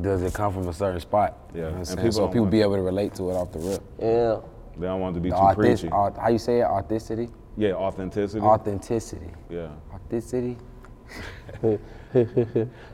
S3: Does it come from a certain spot?
S6: Yeah,
S3: You know what I'm
S6: and
S3: saying?
S6: people
S3: so
S6: don't
S3: people
S6: want-
S3: be able to relate to it off the rip.
S4: Yeah.
S6: They don't want it to be
S3: The
S6: too
S3: authentic-
S6: preachy.
S3: au- how you say it? Authenticity.
S6: yeah, authenticity.
S3: Authenticity.
S6: yeah.
S3: Authenticity.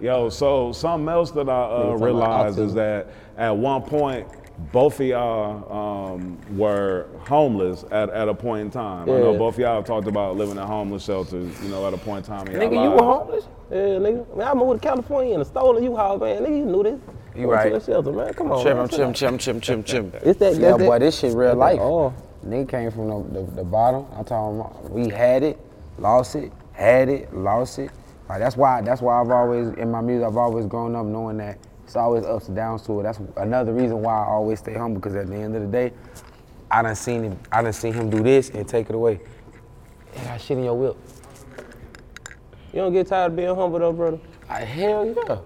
S6: Yo, so something else that I uh,
S4: Niggas talking about
S6: realized is
S4: autism.
S6: that at one point, both of y'all um, were homeless at, at a point in time. I know
S4: Yeah.
S6: both of y'all talked about living in homeless shelters, you know, at a point in time in
S4: Nigga,
S6: y'all
S4: you
S6: lives.
S4: were homeless? Yeah, nigga. Man, I moved to California and stole a U-Haul, man. Nigga, you knew this.
S3: You
S4: Went
S3: right.
S4: To the shelter, man. Come on.
S3: Chim,
S4: man.
S3: Oh, I'm chim, chim, chim, chim, [LAUGHS] chim.
S4: It's that-
S3: yeah,
S4: that's
S3: boy,
S4: that-
S3: this shit real
S4: that's
S3: life.
S4: that oil.
S3: Nigga came from the, the, the bottom. I'm talking about we had it, lost it, had it, lost it. Like, that's why that's why I've always in my music I've always grown up knowing that it's always ups and downs to it. That's another reason why I always stay humble because at the end of the day, I done seen him I done seen him do this and take it away. And I shit in your whip.
S4: You don't get tired of being humble though, brother.
S3: I, hell yeah.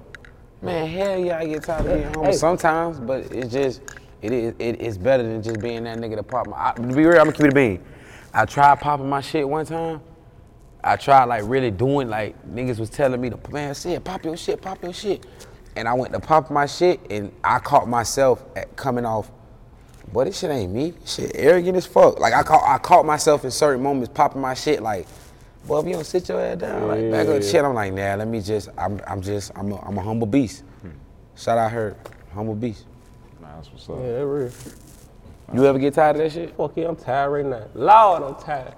S3: Man, hell yeah, I get tired of being home
S4: Hey.
S3: sometimes, but it's just it is it, it's better than just being that nigga that pop my. I, to be real, I'm gonna keep it a bean. I tried popping my shit one time. I tried like really doing like niggas was telling me to man, shit, pop your shit, pop your shit, and I went to pop my shit, and I caught myself at coming off. But this shit ain't me. This shit arrogant as fuck. Like I caught I caught myself in certain moments popping my shit like. Well, if you don't sit your ass down, like back up
S4: Yeah.
S3: shit, I'm like, nah, let me just, I'm, I'm just, I'm a, I'm a humble beast. Shout out her, humble beast.
S6: Nah, that's what's
S4: Yeah, that real.
S3: You ever get tired of that shit?
S4: Fuck yeah, I'm tired right now. Lord, I'm tired.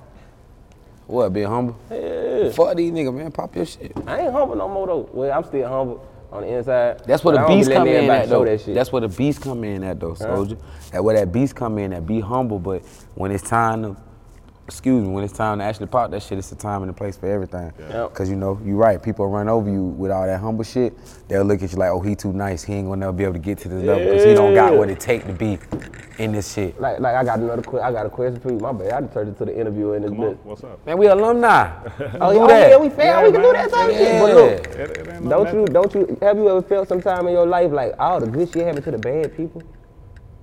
S3: What, being humble?
S4: Yeah.
S3: Fuck these niggas, man. Pop your shit.
S4: I ain't humble no more though. Well, I'm still humble on the inside.
S3: That's where
S4: but
S3: the
S4: I don't be
S3: beast come
S4: letting
S3: in
S4: everybody
S3: at
S4: show
S3: though.
S4: That shit.
S3: That's where the beast come in at though,
S4: Huh?
S3: soldier. That where that beast come in at. Be humble, but when it's time to, excuse me, when it's time to actually pop that shit, it's the time and the place for everything.
S4: Yep.
S3: Cause you know, you're right. People run over you with all that humble shit. They'll look at you like, oh, he too nice. He ain't gonna never be able to get to this level because he don't got
S4: Yeah.
S3: what it take to be in this shit.
S4: Like, like I got another que- I got a question for you. My bad. I just turned it to the interview in this Come
S6: on, what's up?
S3: Man, we alumni.
S4: [LAUGHS] Oh,
S3: do
S4: yeah, oh,
S3: that.
S4: yeah, we fail. we can do that type of shit. But look,
S6: It- it ain't no
S4: don't
S6: nothing.
S4: you don't you have you ever felt sometime in your life like all the good shit happened to the bad people?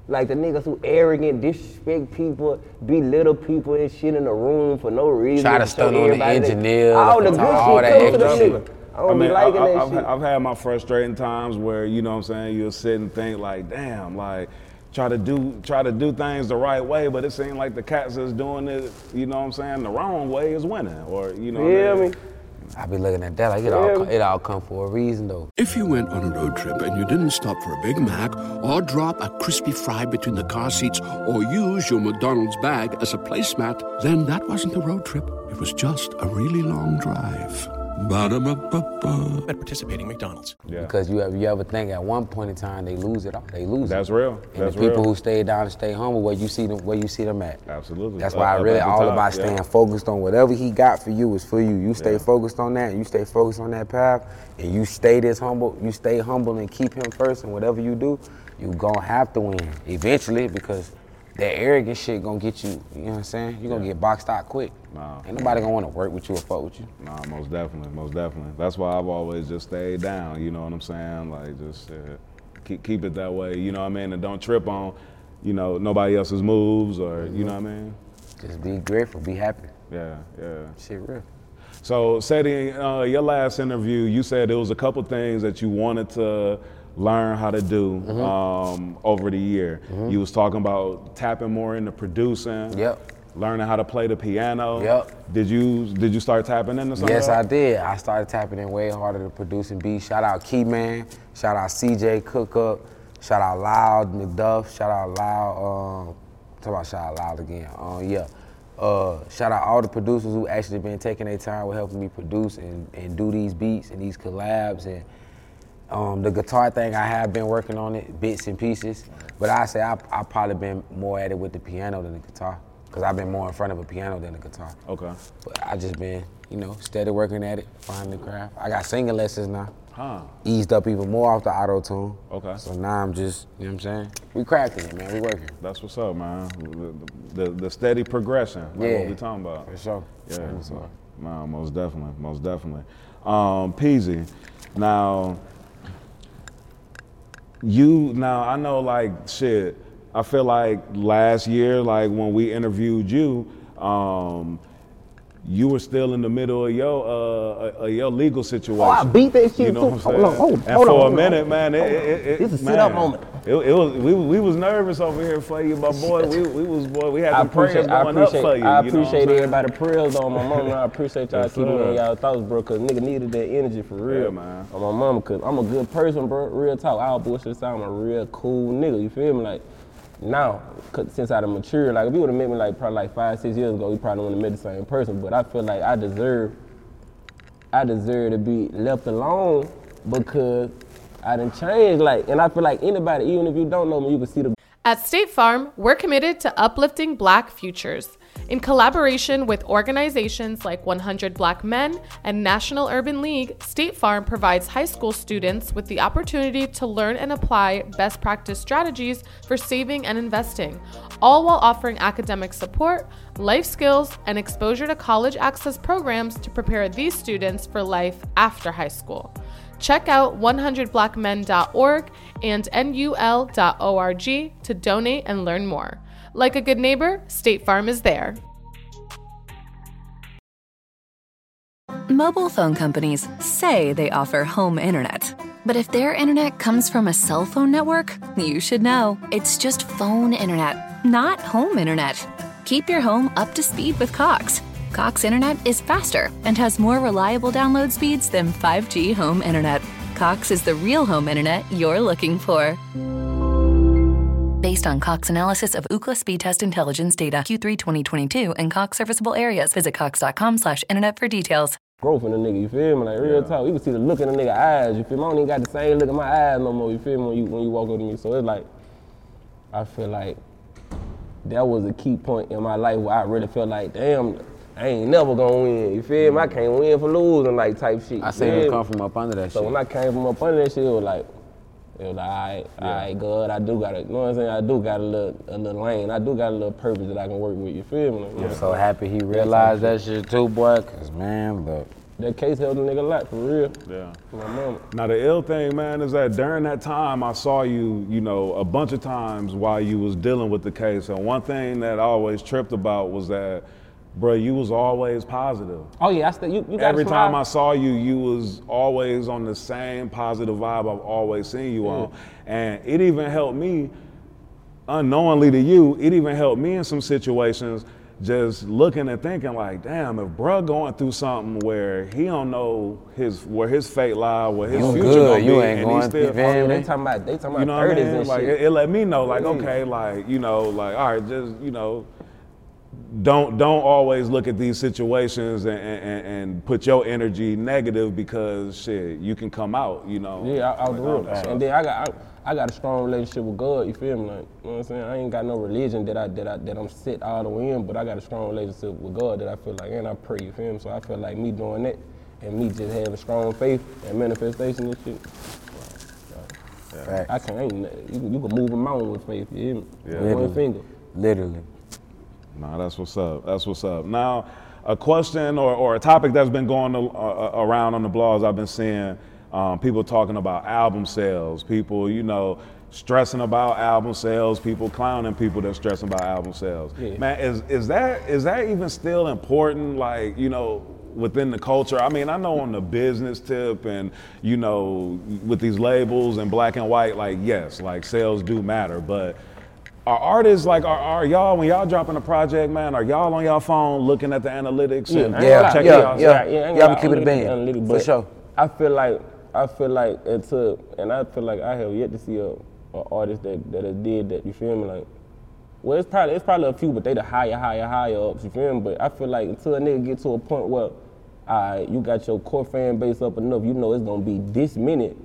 S4: Like the niggas who arrogant, disrespect people, belittle people and shit in the room for no reason.
S3: Try to
S4: show
S3: stunt on the
S4: everybody that-
S3: engineer,
S4: All the good shit
S3: photographer, all that
S4: comes to the
S3: extra shit.
S4: nigga. I don't be liking that
S6: have
S4: shit.
S6: I've had my frustrating times where you know what I'm saying you'll sit and think like, damn, like try to do try to do things the right way, but it seems like the cats is doing it, you know what I'm saying, the wrong way is winning, or you know.
S4: Feel
S6: what I
S4: me?
S6: mean?
S3: I be looking at that like it all it all come for a reason though.
S14: If you went on a road trip and you didn't stop for a Big Mac or drop a crispy fry between the car seats or use your McDonald's bag as a placemat, then that wasn't a road trip. It was just a really long drive. Ba-da-ba-ba-ba.
S13: At participating McDonald's.
S3: Because you ever, you ever think at one point in time they lose it all. They lose
S6: That's
S3: it.
S6: real.
S3: And
S6: That's
S3: the people
S6: real.
S3: who stay down and stay humble where you see them where you see them at.
S6: Absolutely.
S3: That's why
S6: Up-
S3: I
S6: up
S3: really
S6: at the
S3: all
S6: top,
S3: about
S6: yeah.
S3: staying focused on whatever he got for you is for you. You stay focused on that and you stay focused on that path and you stay this humble, you stay humble and keep him first and whatever you do, you gonna have to win eventually because that arrogant shit gonna get you, you know what I'm saying? You're gonna get boxed out quick. Ain't nobody gonna wanna work with you or fuck with you.
S6: Nah, most definitely, most definitely. That's why I've always just stayed down. You know what I'm saying? Like just uh, keep keep it that way. You know what I mean? And don't trip on, you know, nobody else's moves or you know what I mean.
S3: Just be grateful, be happy.
S6: Yeah, yeah.
S3: Shit real.
S6: So, Seti, uh, your last interview, you said there was a couple things that you wanted to learn how to do
S3: Mm-hmm.
S6: um, over the year. You was talking about tapping more into producing.
S3: Yep.
S6: Learning how to play the piano.
S3: Yep.
S6: Did you did you start tapping into something?
S3: Yes, I did. I started tapping in way harder to producing beats. Shout out Keyman. Shout out CJ Cookup. Shout out Loud McDuff. Shout out Loud. Um, talk about shout out Loud again. Um, yeah. Uh, shout out all the producers who actually been taking their time with helping me produce and, and do these beats and these collabs and um, the guitar thing, I have been working on it, bits and pieces. But I say I I probably been more at it with the piano than the guitar, cause I've been more in front of a piano than the guitar.
S6: Okay.
S3: But I just been, you know, steady working at it, finding the craft. I got singing lessons now.
S6: Huh.
S3: Eased up even more off the auto tune.
S6: Okay.
S3: So now I'm just, you know what I'm saying? We cracking it, man. We working.
S6: That's what's up, man. The, the, the steady progression. Like
S3: Yeah.
S6: What we talking about?
S3: For sure.
S6: Yeah.
S3: For sure.
S6: No, most definitely, most definitely. Um, Peasy, now you now I know like shit. I feel like last year, like when we interviewed you, um, you were still in the middle of your uh, uh, your legal situation.
S4: Oh, I beat that shit
S6: You know
S4: too.
S6: what I'm saying?
S4: Hold on, hold-
S6: and
S4: hold
S6: for
S4: on,
S6: a
S4: hold on.
S6: minute, man, it,
S4: Hold on.
S6: it, it,
S4: This is
S6: man,
S4: sit-up moment.
S6: It, it was we, we was nervous over here for you, my boy. We, we was boy. We had
S4: I
S6: the prayers
S4: appreciate, I
S6: going
S4: appreciate,
S6: up for
S4: I
S6: you. you know what I'm
S4: appreciate
S6: saying?
S4: everybody prayers on my mama. I appreciate y'all
S6: Yes,
S4: keeping me
S6: sir.
S4: in y'all thoughts, bro, cause nigga needed that energy for real.
S6: Yeah, man.
S4: On my mama, cause I'm a good person, bro. Real talk. I'll bullshit aside, I'm a real cool nigga. You feel me? Like now, 'cause since I done matured, like if you would have met me like probably like five, six years ago, we probably wouldn't have met the same person. But I feel like I deserve I deserve to be left alone because I done changed. Like, and I feel like anybody, even if you don't know me, you can see the
S15: At State Farm, we're committed to uplifting black futures. In collaboration with organizations like 100 Black Men and National Urban League, State Farm provides high school students with the opportunity to learn and apply best practice strategies for saving and investing, all while offering academic support, life skills, and exposure to college access programs to prepare these students for life after high school. Check out 100blackmen.org and nul.org to donate and learn more. Like a good neighbor, State Farm is there.
S8: Mobile phone companies say they offer home internet. But if their internet comes from a cell phone network, you should know. It's just phone internet, not home internet. Keep your home up to speed with Cox. Cox internet is faster and has more reliable download speeds than 5G home internet. Cox is the real home internet you're looking for. Based on Cox analysis of Ookla speed test intelligence data Q3 2022 and Cox serviceable areas, visit cox.com/internet slash internet for details.
S4: growth in a nigga. You feel me? Like real talk, you can see the look in the nigga eyes. You feel me? I don't even got the same look in my eyes no more. You feel me? When you when you walk over to me, so it's like I feel like that was a key point in my life where I really felt like, damn, I ain't never gonna win. You feel me? I can't win for losing, like type shit.
S3: Mm. I seen
S4: you
S3: him
S4: feel
S3: come
S4: me?
S3: from up under that
S4: So
S3: shit.
S4: when I came from up under that shit, it was like, it was like, all right, all right, God, I do got a, you know what I'm saying? I do got a little, a little lane. I do got a little purpose that I can work with. You feel me?
S3: I'm so happy he realized that shit too, boy. Cause man, look.
S4: That case held a nigga alive for real. Yeah. My mama.
S6: Now the ill thing, man, is that during that time I saw you, you know, a bunch of times while you was dealing with the case. And one thing that I always tripped about was that, bro, you was always positive.
S4: Oh yeah, I still you. you got
S6: Every
S4: a
S6: time
S4: smile.
S6: I saw you, you was always on the same positive vibe I've always seen you on. And it even helped me, unknowingly to you, it even helped me in some situations just looking and thinking like, damn, if bruh going through something where he don't know his where his fate lie, where his
S3: You
S6: future
S3: good,
S6: gonna
S3: you
S6: be,
S3: ain't
S6: and
S3: going
S6: he still
S3: through- feel
S4: Oh, yeah,
S3: me?
S4: they talking about they talking about
S6: you know what I
S4: 30s
S6: mean?
S4: and
S6: like
S4: shit.
S6: It, it let me know, like,
S4: Yeah.
S6: okay, like, you know, like, all right, just, you know, don't don't always look at these situations and, and, and- and put your energy negative because shit, you can come out, you know.
S4: Yeah, I, I
S6: like,
S4: do
S6: all that
S4: it.
S6: stuff.
S4: And then I got I, I got a strong relationship with God. You feel me? Like, you know what I'm saying? I ain't got no religion that I that I that I'm set all the way in, but I got a strong relationship with God that I feel like, and I pray. You feel me? So I feel like me doing that, and me just having strong faith and manifestation and shit. I can ain't nothing. you, can- you can move a mountain with faith. You hear me? With One
S6: Literally.
S4: finger.
S3: Literally.
S6: Nah, that's what's up. That's what's up. Now, a question or, or a topic that's been going a- a- around on the blogs I've been seeing um, people talking about album sales, people, you know, stressing about album sales, people clowning people that's stressing about album sales.
S4: Yeah.
S6: Man, is, is, that, is that even still important, like, you know, within the culture? I mean, I know on the business tip and, you know, with these labels and black and white, like, yes, like sales do matter, but are artists like are, are y'all when y'all dropping a project, man? Are y'all on y'all phone looking at the analytics? and checking y'all-
S4: ain't
S3: Yeah,
S4: gonna
S3: I'ma keep
S4: lie,
S3: it a
S4: I'm
S3: bean,
S4: analytic,
S3: for
S4: but
S3: sure.
S4: I feel like I feel like it took, and I feel like I have yet to see a, a artist that that has did that. You feel me? Like, well, it's probably it's probably a few, but they the higher, higher, higher ups. You feel me? But I feel like until a nigga get to a point where, all right, you got your core fan base up enough, you know it's gonna be this minute.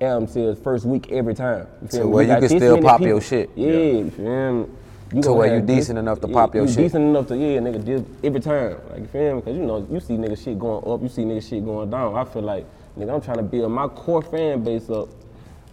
S4: Am says first week every time. You feel
S3: To
S4: me?
S3: where
S4: We
S3: you
S4: got
S3: can
S4: this
S3: still
S4: many
S3: pop your shit.
S4: Yeah,
S3: Yeah.
S4: you feel me?
S3: To
S4: gonna
S3: where you
S4: have this-
S3: decent enough to
S4: yeah,
S3: pop your
S4: you
S3: shit.
S4: decent enough to yeah, nigga, just every time. Like you feel me? Cause you know, you see nigga shit going up, you see nigga shit going down. I feel like nigga, I'm trying to build my core fan base up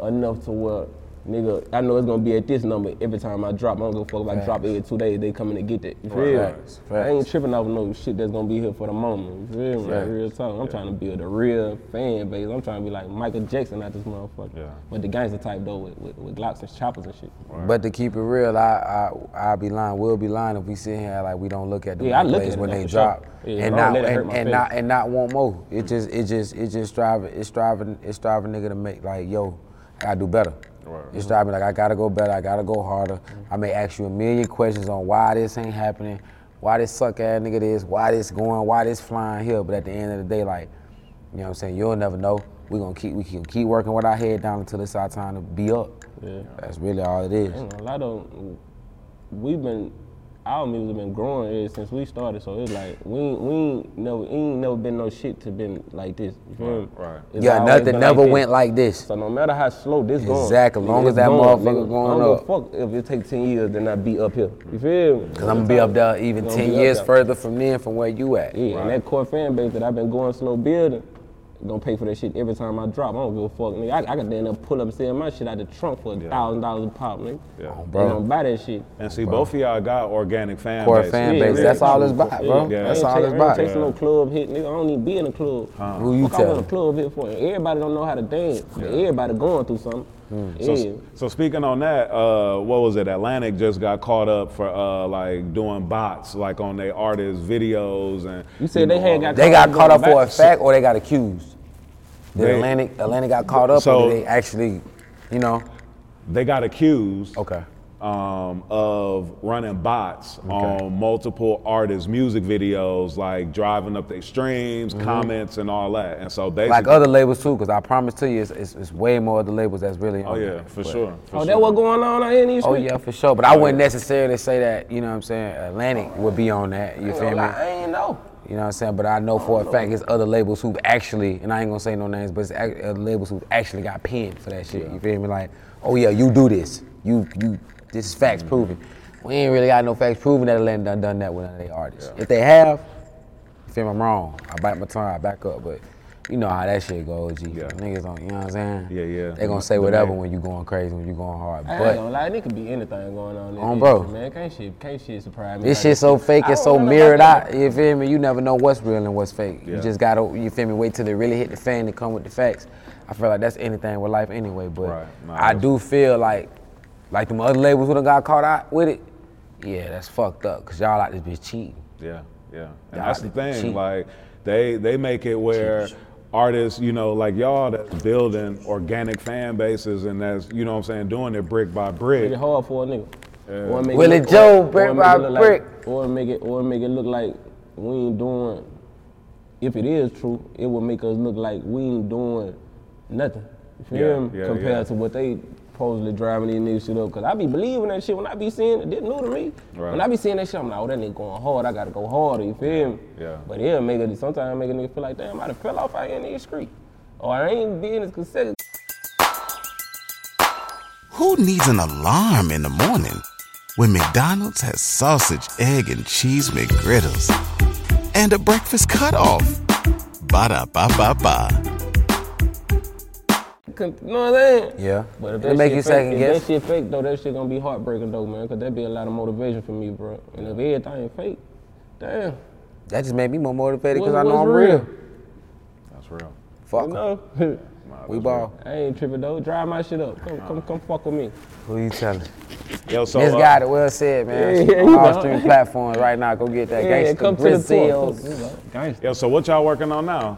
S4: enough to where nigga, I know it's gonna be at this number every time I drop. I don't give a fuck if I drop every two days, they coming to get that. You feel me?
S3: Right. Facts,
S4: I ain't tripping off no shit that's gonna be here for the moment. You feel me? Like,
S3: Facts.
S4: real talk. I'm trying to build a real fan base. I'm trying to be like Michael Jackson out this motherfucker. But the gangster type though with, with, with Glocks and choppers and shit.
S3: But to keep it real, I I I be lying. We'll be lying if we sit here like we don't look at the
S4: Yeah, I look at it,
S3: when
S4: though,
S3: they
S4: for sure.
S3: drop
S4: Yeah,
S3: and
S4: I don't
S3: not
S4: let it hurt
S3: and,
S4: my
S3: and
S4: feelings.
S3: not and not want more. It just it just it just striving it's striving it's striving nigga to make like yo, I gotta do better.
S6: Right.
S3: It's striving like I gotta go better. I gotta go harder. I may ask you a million questions on why this ain't happening, why this suck ass nigga this, why this going, why this flying here. But at the end of the day, like you know what I'm saying, you'll never know. We gonna keep we can keep working with our head down until it's our time to be up.
S4: Yeah.
S3: That's really all it is.
S4: And a lot of we've been our music been growing ever since we started, so it's like we ain't- we ain't never ain't never been no shit to been like this. You feel me?
S6: Right.
S4: It's
S3: Yeah,
S4: always
S3: nothing
S4: been
S3: never
S4: this.
S3: went like this.
S4: So no matter how slow this going,
S3: Exactly, long
S4: nigga,
S3: as that
S4: it's
S3: motherfucker
S4: nigga.
S3: going
S4: I don't
S3: up.
S4: give a fuck if it take ten years, then I be up here. You feel me?
S3: Cause I'm gonna be up there even
S4: Gonna
S3: ten
S4: be up
S3: years
S4: there.
S3: further from then from where you at.
S4: Yeah, and that core fan base that I've been going slow building, gonna pay for that shit every time I drop. I don't give a fuck, nigga. I, I could end up pull up selling my shit out the trunk for a thousand dollars a pop, nigga.
S6: Yeah.
S4: They
S6: bro.
S4: don't buy that shit.
S6: And see, both of y'all got organic fan
S3: Core
S6: base.
S3: fan base. That's all it's about, bro. That's all it's about.
S4: Chasing no club hit, nigga. I don't need be in a club.
S3: Who you
S4: Fuck I want
S3: telling?
S4: a club hit for everybody don't know how to dance. Everybody going through something.
S3: Hmm.
S6: So,
S4: Yeah.
S6: so speaking on that, uh, what was it? Atlantic just got caught up for uh, like doing bots, like on their artists' videos, and you
S4: said they had got
S3: They got caught up for a fact or they got accused? Did
S6: They-
S3: Atlantic Atlantic got caught up
S6: So-
S3: or did they actually, you know?
S6: They got accused.
S3: Okay.
S6: Um, of running bots on multiple artists' music videos, like driving up their streams,
S3: Mhm.
S6: comments, and all that. And so basically,
S3: Like other labels too, because I promise to you, it's, it's, it's way more other labels that's really.
S6: Oh,
S3: on
S6: yeah,
S3: there,
S6: for
S3: but-
S6: sure.
S4: Oh, that what going on out here in these
S3: Oh
S4: streets?
S3: yeah, for sure. But I wouldn't necessarily say that. You know what I'm saying? Atlantic would be on that. You
S4: Ain't
S3: feel
S4: gonna
S3: me?
S4: lie, I ain't know.
S3: You know what I'm saying? But I know for a fact it's other labels who've actually, and I ain't gonna say no names, but it's act- other labels who've actually got pinned for that shit. You feel me? Like, oh yeah, you do this. You you this is facts proven. We ain't really got no facts proven that Atlanta done done that with none of their artists. If they have, you feel me, I'm wrong. I bite my tongue, I back up, but you know how that shit goes, G. Niggas on, you know what I'm saying? Yeah, yeah. They gonna say
S4: The
S3: whatever
S4: man.
S3: when you going crazy, when you going hard.
S4: I ain't
S3: But
S4: gonna lie, it could be anything going on. in
S3: On
S4: this
S3: bro.
S4: shit, man, can't shit, can't shit surprise me.
S3: This
S4: like
S3: shit so fake
S4: I
S3: and so
S4: don't know
S3: mirrored
S4: about
S3: out. You feel me? You never know what's real and what's fake.
S4: Yeah.
S3: You just gotta, you feel me? Wait till they really hit the fan and come with the facts. I feel like that's anything with life anyway. But I do feel like, like them other labels would have got caught out with it. Yeah, that's fucked up. Cause y'all like this bitch cheating.
S6: Yeah, yeah. And
S3: Y'all
S6: that's the thing.
S3: cheap.
S6: Like they they make it where artists, you know, like y'all that's building organic fan bases and that's you know what I'm saying, doing it brick by
S4: Make
S6: brick.
S4: it hard for a nigga.
S6: Yeah.
S4: Or make
S6: Willie
S4: look- or-
S6: Joe,
S4: or
S6: brick
S4: make
S6: by
S4: it look like-
S6: brick.
S4: or make it or make it look like we ain't doing. If it is true, it would make us look like we ain't doing nothing. You feel
S6: Yeah,
S4: me?
S6: yeah,
S4: Compared
S6: yeah.
S4: to what they supposedly driving these niggas shit up. Cause I be believing that shit when I be seeing it. This new to me.
S6: Right.
S4: When I be seeing that shit, I'm like, oh that nigga going hard. I gotta go harder. You feel me?
S6: Yeah.
S4: But it'll make it sometimes make a nigga feel like damn, I done fell off out here in these streets. Or I ain't being as consistent.
S7: Who needs an alarm in the morning when McDonald's has sausage, egg, and cheese McGriddles and a breakfast cutoff? Ba da ba ba ba.
S4: You know what I'm saying?
S7: Yeah.
S4: But if that
S7: It'll make
S4: shit
S7: you
S4: fake-
S7: second
S4: if
S7: guess.
S4: that shit fake though, that shit gonna be heartbreaking though, man. Cause that'd be a lot of motivation for me, bro. And if everything fake, damn.
S3: That just made me more motivated because
S4: What-
S3: I know
S4: what's
S3: I'm real.
S4: real?
S6: That's real.
S3: Fuck 'em.
S4: You know?
S3: We ball.
S4: [LAUGHS] I ain't tripping though. Drive my shit up. Come, come, come, fuck with me.
S3: Who you
S4: [LAUGHS]
S3: telling?
S6: Yo, so, uh,
S3: misguided. well said, man.
S4: Yeah, yeah, you
S3: All
S4: know.
S3: streaming platforms right now. Go get that.
S4: Yeah,
S3: Gangsta
S4: come to the
S3: Brazil.
S4: porch.
S6: Yeah, so what y'all working on now?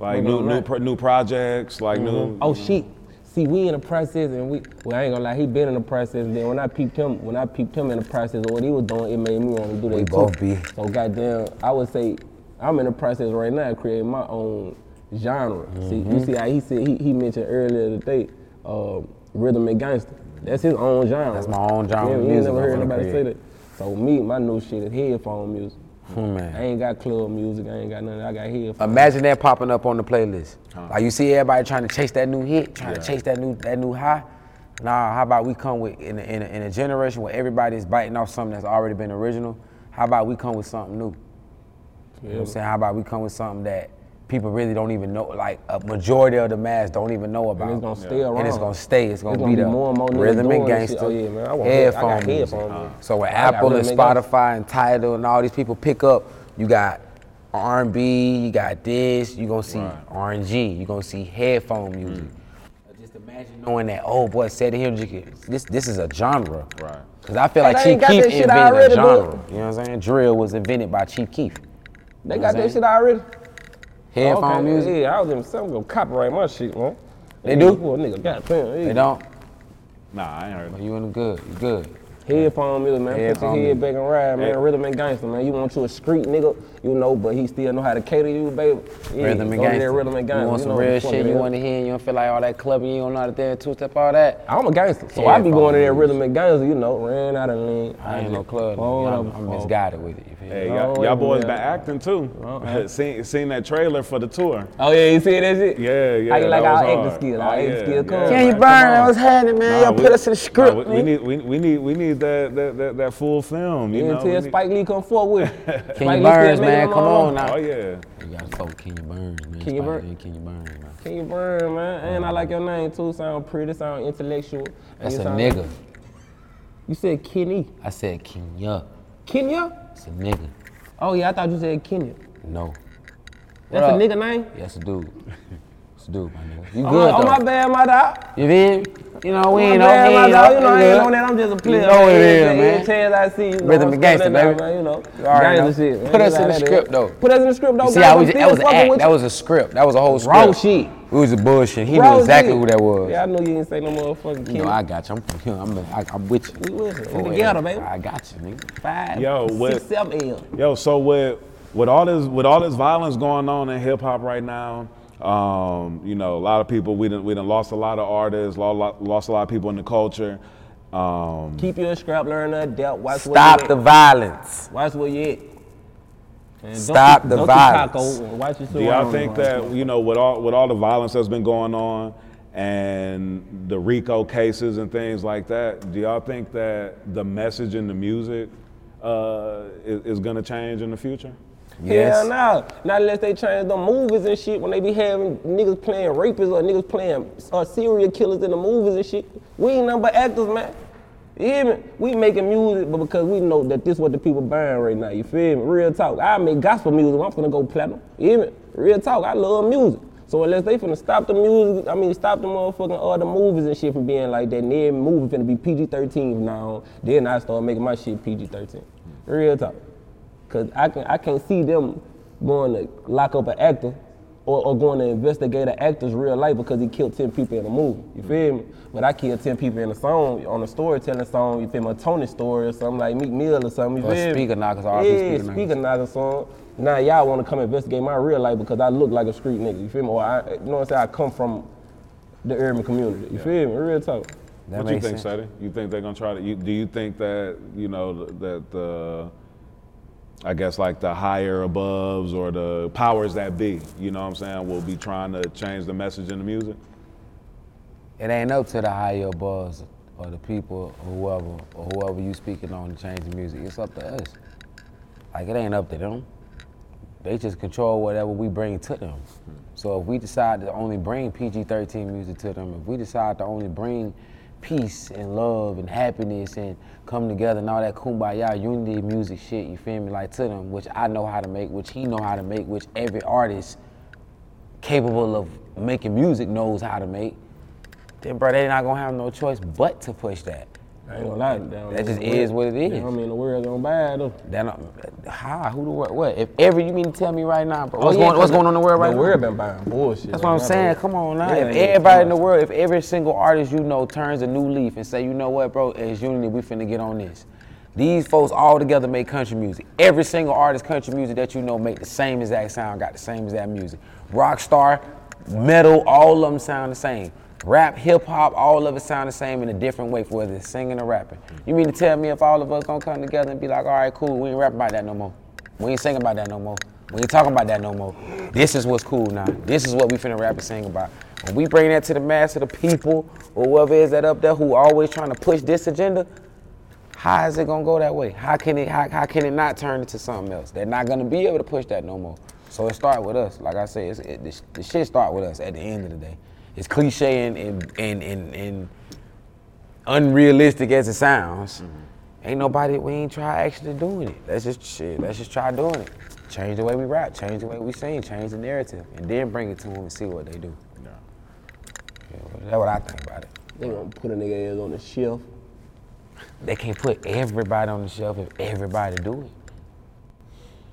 S6: Like
S4: Working
S6: new
S4: on
S6: new
S4: that.
S6: pro, new projects, like new
S4: Oh shit. See, we in the process, and we well, I ain't gonna lie, he been in the process. And then when I peeped him, when I peeped him in the process of what he was doing, it made me want to do that
S3: We
S4: too.
S3: both be.
S4: So goddamn, I would say I'm in the process right now of creating my own genre. See, you
S3: Mhm.
S4: see how he said he, he mentioned earlier today, uh, rhythm and gangster. That's his own genre.
S3: That's my own genre of
S4: You, ain't- you ain't
S3: music
S4: never
S3: I'm
S4: heard
S3: finna
S4: nobody say
S3: create.
S4: that. So me, my new shit is headphone music.
S3: Hmm, man.
S4: I ain't got club music. I ain't got nothing. I got headphones.
S3: Imagine that popping up on the playlist. Like you see everybody trying to chase that new hit, trying to
S4: Yeah.
S3: chase that new that new high. Nah, how about we come with in a, in, a, in a generation where everybody's biting off something that's already been original? How about we come with something new? You know what I'm
S4: Yeah.
S3: saying? How about we come with something that people really don't even know, like a majority of the mass don't even know about.
S4: And it's gonna stay around.
S3: And it's gonna stay. It's gonna, be, the
S4: more and more niggas
S3: rhythm and
S4: doing this shit.
S3: gangster,
S4: Oh, yeah, man, I want- I
S3: headphone
S4: got
S3: music.
S4: headphone music.
S3: So when
S4: I got
S3: Apple and
S4: rhythm and gangster.
S3: Spotify and Tidal and all these people pick up, you got R&B, you got this, you gonna see R&G, you gonna see headphone music.
S4: Mm.
S3: Just imagine Knowing that, oh boy, said here, this this is a genre. Right. Cause I feel
S4: And
S3: like
S4: I
S3: Chief
S4: ain't got
S3: Keef
S4: that shit,
S3: invented
S4: I
S3: a
S4: already do it.
S3: genre. You know what I'm saying? Drill was invented by Chief Keef.
S4: They
S3: You know
S4: got
S3: what I'm
S4: that shit already.
S3: Headphone
S4: Okay,
S3: music.
S4: Yeah, I was in some gonna copyright my shit, man.
S3: They do?
S4: Boy, nigga, goddamn. yeah.
S3: They don't.
S6: Nah, I ain't heard.
S3: You in the good? You good?
S4: Headphone music, man. Put your
S3: Headphone
S4: head
S3: music.
S4: back and ride, man.
S3: Hey.
S4: Rhythm and gangster, man. You want you a street nigga, you know, but he still know how to cater you, baby. Yeah,
S3: rhythm and
S4: go to that
S3: gangster.
S4: Rhythm and gangster.
S3: You want
S4: You
S3: some
S4: know what
S3: real
S4: the fuck
S3: shit
S4: it
S3: you
S4: is.
S3: want to hear and you don't feel like all that clubbing, you don't know how to dance, two step, all that.
S4: I'm a gangster, so I be
S3: Headphone
S4: going in there
S3: music.
S4: rhythm and gangster, you know, ran out of lean.
S3: I ain't no club.
S4: Hold
S3: nigga.
S4: up, Oh.
S3: I'm, I'm
S4: hold up.
S3: misguided with it. You
S6: Hey, y'all, y'all boys been acting too. [LAUGHS]
S4: Uh-huh.
S6: seen, seen that trailer for the tour.
S4: Oh yeah, you see that shit?
S6: Yeah, yeah.
S4: How you like
S6: that
S4: our
S6: was
S4: acting
S6: hard.
S4: skill?
S6: Oh,
S4: Our acting
S6: yeah,
S4: skill cool.
S6: yeah.
S2: Kenny Burn, what's happening, man?
S6: Nah,
S2: Y'all put us in the script.
S6: nah, we, we
S2: man.
S6: need we, we need we need that that, that, that full film. You
S4: Yeah,
S6: know,
S4: tell
S6: we need-
S4: Spike Lee come forward with it. Spike Lee
S3: Kenny
S4: still
S3: Burns,
S4: making
S3: man,
S4: them
S3: come
S4: all.
S3: on now.
S6: Oh yeah.
S3: You gotta fuck Kenya Burns, man.
S4: Kenya
S3: Spike
S4: Burns.
S3: Lee, Kenya Burns, man.
S4: Can you burn, man? And I like your name too. Sound pretty, sound intellectual. and
S3: That's
S4: you
S3: a
S4: sound-
S3: nigga.
S4: You said Kenny.
S3: I said Kenya.
S4: Kenya?
S3: It's a nigga.
S4: Oh yeah, I thought you said Kenya.
S3: No.
S4: That's
S3: What
S4: a
S3: up?
S4: nigga name?
S3: Yeah, it's a dude. It's a dude, my nigga. You
S4: Oh,
S3: good
S4: my- oh,
S3: though.
S4: my bad, my dog.
S3: You mean? You know, we
S4: My
S3: ain't
S4: bad,
S3: on
S4: my
S3: we
S4: dog.
S3: on-
S4: You know, I
S3: we
S4: ain't
S3: good.
S4: on that. I'm just a player.
S3: You know
S4: man.
S3: it is,
S4: Every
S3: man.
S4: chance I see, you know,
S3: Rhythm
S4: I'm
S3: and gangster,
S4: stepping out,
S3: baby.
S4: man, You know,
S3: You already
S4: gangsta
S3: know.
S4: shit. man.
S3: Put us
S4: That's
S3: in the
S4: how that
S3: script,
S4: is.
S3: though.
S4: Put us in the script, though.
S3: You see
S4: guys.
S3: how
S4: Oh, I'm
S3: we just,
S4: still
S3: that was an
S4: fucking
S3: act.
S4: with
S3: That
S4: you.
S3: was a script. That was a whole script.
S4: Raw shit.
S3: We was a bullshit. He
S4: Raw
S3: knew exactly
S4: shit.
S3: who that was.
S4: Yeah, I know you ain't say no motherfucking
S3: You
S4: Kenny.
S3: know, I got you. I'm, I'm, I'm, I'm with you.
S4: We with it. We
S3: For
S4: together,
S3: real.
S4: baby.
S3: I got you, nigga.
S4: Five,
S6: Yo,
S4: six,
S6: with-
S4: seven L.
S6: Yo, so with with all this with all this violence going on in hip hop right now, um, you know, a lot of people we done, we done lost a lot of artists, lo- lo- lost a lot of people in the culture. Um,
S4: Keep your scrap, learn that, dealt, watch
S3: Stop
S4: where
S3: the
S4: you at.
S3: violence.
S4: Watch where you at. And don't
S3: Stop
S4: you-
S3: the
S4: don't you
S3: violence.
S4: cock over. Watch your
S6: do y'all
S4: surroundings,
S6: think
S4: man.
S6: that you know with all with all the violence that's been going on and the RICO cases and things like that? Do y'all think that the message in the music uh, is, is going to change in the future?
S4: Hell no. Not unless they change the movies and shit when they be having niggas playing rapists or niggas playing uh, serial killers in the movies and shit. We ain't nothing but actors, man. You hear me? We making music, but because we know that this what the people buying right now. You feel me? Real talk. I make gospel music. I'm finna go platinum. You hear me? Real talk. I love music. So unless they finna stop the music, I mean stop the motherfucking all the movies and shit from being like that. And every movie finna be PG-13 from now. on, Then I start making my shit PG-13. Real talk. Cause I can I can't see them going to lock up an actor or, or going to investigate an actor's real life because he killed ten people in a movie.
S3: Mm-hmm.
S4: You feel me? But I killed ten people in a song on a storytelling song. You feel me? A Tony story or something like Meek Mill or something. You
S3: Or
S4: feel me?
S3: Speaker Knockers, R.I.P.
S4: Yeah,
S3: Speaker Knockers.
S4: Speaker Knockers song. Now y'all want to come investigate my real life because I look like a street nigga. You feel me? Or I, you know what I'm saying? I come from the urban community. You
S6: Yeah.
S4: feel me? Real talk.
S3: That
S6: what you
S3: makes
S6: think,
S3: sense.
S6: Sadie? You think they're gonna try to? You, do you think that you know th- that the, I guess like the higher aboves or the powers that be, you know what I'm saying, will be trying to change the message in the music?
S3: It ain't up to the higher above or the people, or whoever, or whoever you speaking on to change the music. It's up to us. Like it ain't up to them. They just control whatever we bring to them. So if we decide to only bring PG-13 music to them, if we decide to only bring peace and love and happiness and come together and all that kumbaya unity music shit, you feel me? Like to them, which I know how to make, which he know how to make, which every artist capable of making music knows how to make, then bro, they not gonna have no choice but to push that.
S4: I ain't gonna lie. don't
S3: That
S4: mean
S3: just
S4: the
S3: is what
S4: world-
S3: it is.
S4: that don't mean the world gonna buy it though.
S3: That not, how? Who the what? What? If every you mean to tell me right now, bro?
S4: Oh,
S3: What's
S4: yeah,
S3: going What's
S4: 'cause
S3: going on in the world right
S4: the
S3: now?
S4: world been buying bullshit.
S3: That's what I'm
S4: Like,
S3: saying.
S4: bro.
S3: Come on now.
S4: Yeah,
S3: If
S4: yeah,
S3: everybody in
S4: come
S3: the
S4: on.
S3: world, if every single artist you know turns a new leaf and say, you know what, bro, as unity, we finna get on this. These folks all together make country music. Every single artist country music that you know make the same exact sound, got the same exact music. Rock star, metal, all of them sound the same. Rap, hip hop, all of it sound the same in a different way, whether it's singing or rapping. You mean to tell me if all of us gonna come together and be like, all right, cool, we ain't rapping about that no more. We ain't singing about that no more. We ain't talking about that no more. This is what's cool now. This is what we finna rap and sing about. When we bring that to the mass of the people, or whoever is that up there who always trying to push this agenda, how is it gonna go that way? How can it how, how can it not turn into something else? They're not gonna be able to push that no more. So it start with us. Like I said, it's, it, the, sh- the shit start with us at the end of the day. It's cliche and and and and, and unrealistic as it sounds.
S4: Mm-hmm.
S3: Ain't nobody we ain't try actually doing it. Let's just shit. Let's just try doing it. Change the way we rap, change the way we sing, change the narrative, and then bring it to them and see what they do. Yeah. that's what I think about it.
S4: They gonna put a nigga ass on the shelf.
S3: They can't put everybody on the shelf if everybody do it.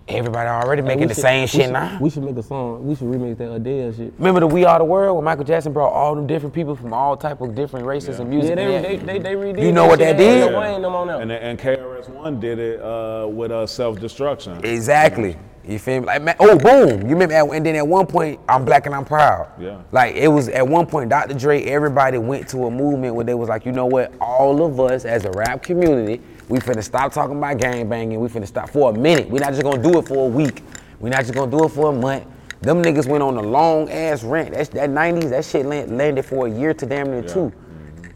S3: Everybody already
S4: Like, we
S3: making the
S4: should-
S3: same
S4: we
S3: shit
S4: should-
S3: now.
S4: We should make a song. We should remake that Adele shit.
S3: Remember the We Are the World when Michael Jackson brought all them different people from all type of different races and music.
S4: Yeah, they-
S3: and that-
S4: they- they- they redid
S3: You know
S4: that
S3: what
S4: shit.
S3: that
S4: They
S3: did?
S4: had Wayne them on there.
S6: And, and KRS One did it uh, with uh, self destruction.
S3: Exactly. You feel me? Like, man, oh, boom. You remember? At, and then at one point, I'm black and I'm proud.
S6: Yeah.
S3: Like it was at one point, Dr. Dre, everybody went to a movement where they was like, you know what? All of us as a rap community, We finna stop talking about gang banging. We finna stop for a minute. We're not just gonna do it for a week. We're not just gonna do it for a month. Them niggas went on a long ass rant. That, that 90s, that shit land- landed for a year to damn near two.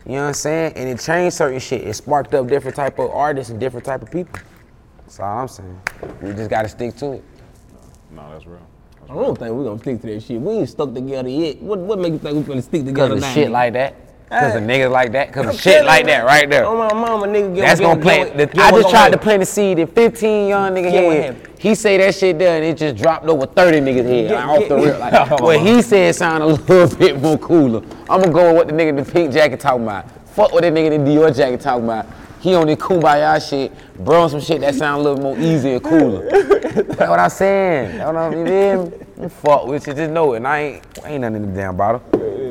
S3: You know what I'm saying? And it changed certain shit. It sparked up different type of artists and different type of people. That's all I'm saying. We just gotta stick to it.
S6: No, that's real.
S4: I don't think we're gonna stick to that shit. We ain't stuck together yet. What what make you think we're gonna stick
S3: Because
S4: together
S3: of
S4: now?
S3: shit like that. Because of
S4: Hey.
S3: niggas like that. Because
S4: I'm
S3: of shit
S4: telling
S3: like
S4: you.
S3: that right there.
S4: On my mama, nigga, get
S3: That's
S4: get-
S3: gonna play.
S4: get-
S3: the-
S4: get
S3: I
S4: what
S3: just tried
S4: gonna
S3: to
S4: happen.
S3: plant the seed in 15 young nigga
S4: Get what
S3: head.
S4: happened.
S3: He say that shit done, it just dropped over 30 niggas head
S4: Get-
S3: like, off the
S4: get-
S3: rip. [LAUGHS] Like, what he said sound a [LAUGHS] little bit more cooler. I'ma go with what the nigga in the pink jacket talking about. Fuck what that nigga in the Dior jacket talking about. He on the kumbaya shit, bro, on some shit that sound a little more easy and [LAUGHS] cooler. That's what I'm saying. That's what I'm you feel me? [LAUGHS] You Fuck with you, just know it. And I ain't, ain't nothing in the damn bottle.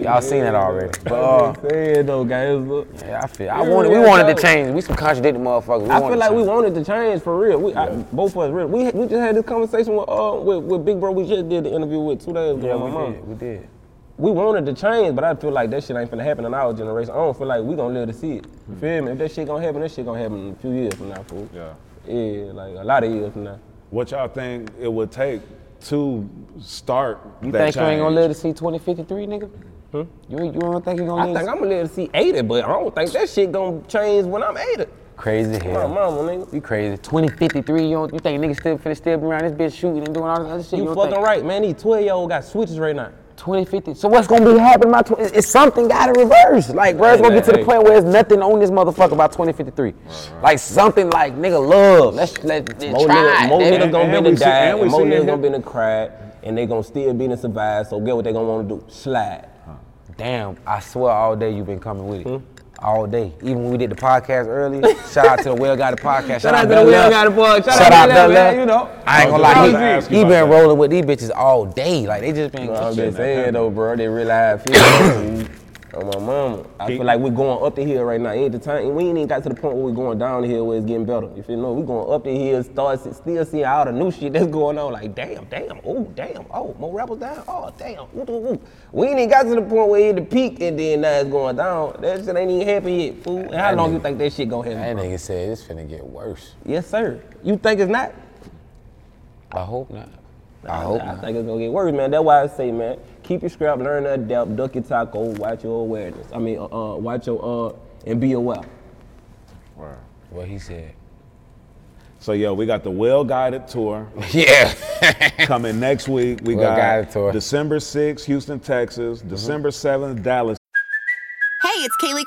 S3: Y'all seen that already. But, uh,
S4: Saying though, guys, look.
S3: yeah, I feel. I wanted, we wanted to change. We some contradicting motherfuckers. We
S4: I
S3: wanted
S4: feel
S3: to
S4: like we
S3: change.
S4: wanted to change for real. We I, both of us real. We we just had this conversation with uh with, with Big Bro. We just did the interview with two days ago.
S3: Yeah,
S4: my
S3: we
S4: mom.
S3: did. We did.
S4: We wanted to change, but I feel like that shit ain't finna happen in our generation. I don't feel like we gonna live to see it. You
S3: Hmm.
S4: feel me? If that shit gonna happen, that shit gonna happen in a few years from now, fool. Yeah. Yeah, like a lot of years from now.
S6: What y'all think it would take to start
S3: You
S6: that
S3: think you ain't gonna
S6: change?
S3: live to see 2053, nigga? You, you don't think you gonna
S4: I
S3: live?
S4: think I'm gonna live to see 80, but I don't think that shit gonna change when I'm 80.
S3: crazy as
S4: My
S3: hell.
S4: mama, nigga.
S3: You crazy. 2053, you, don't, you think niggas still finna still be around this bitch shooting and doing all this other shit?
S4: You,
S3: don't
S4: fucking
S3: think-
S4: right, man. These 12 year old got switches right now.
S3: 2050. So what's gonna be happening by 20? It's something gotta reverse. Like, bro, it's
S4: Hey,
S3: gonna
S4: man,
S3: get to the
S4: hey.
S3: point where there's nothing on this motherfucker by 2053. Like something like nigga love. Let's let
S4: More
S3: try.
S4: niggas, more
S3: nigga.
S4: niggas gonna be in the die, and, more
S3: seeing
S4: niggas
S3: him-
S4: gonna be in the crowd, and they gonna still be in the survive. So get what they gonna wanna do? Slide. Hmm?
S3: Damn, I swear all day you've been coming with it. All day. Even when we did the podcast
S4: [LAUGHS]
S3: earlier, shout out to the Well Guided Podcast.
S4: Shout out to the Well Guided Podcast. Shout out to
S3: Bell
S4: them, man,
S3: Love.
S4: you know.
S3: I ain't gonna
S4: I was
S3: lie,
S4: gonna ask
S3: he,
S4: you
S3: he
S4: about
S3: been rolling with these bitches all day. Like they just been.
S4: Bro, I'm just saying though, bro. They realize.
S3: [COUGHS]
S4: On my mama, I feel like we're going up the hill right now. Ain't the time. We ain't even got to the point where we're going down the hill where it's getting better. You feel me? we going up the hill, start se- still seeing all the new shit that's going on. Like, damn, damn, oh, damn, oh, more rappers down. Oh, damn. Woo, woo, woo. We ain't even got to the point where it hit the peak and then now it's going down. That shit ain't even happened yet, fool. And how
S3: That
S4: long
S3: nigga-
S4: you think that shit gonna
S3: That
S4: happen?
S3: nigga said it's finna get worse.
S4: Yes, sir. You think it's not?
S3: I hope not. I hope
S4: I
S3: not.
S4: think it's gonna get worse, man. That's why I say, man, keep your scrap, learn to adapt, duck your taco, watch your awareness. I mean, uh, uh watch your uh, and be aware.
S3: What he said.
S6: So yo, we got the well guided
S3: [LAUGHS]
S6: tour.
S3: Yeah.
S6: coming next week. We
S3: Well
S6: got
S3: Guided tour. Mm-hmm.
S6: December 6th, Houston, Texas. December 7th, Dallas.
S16: Hey, it's Kaylee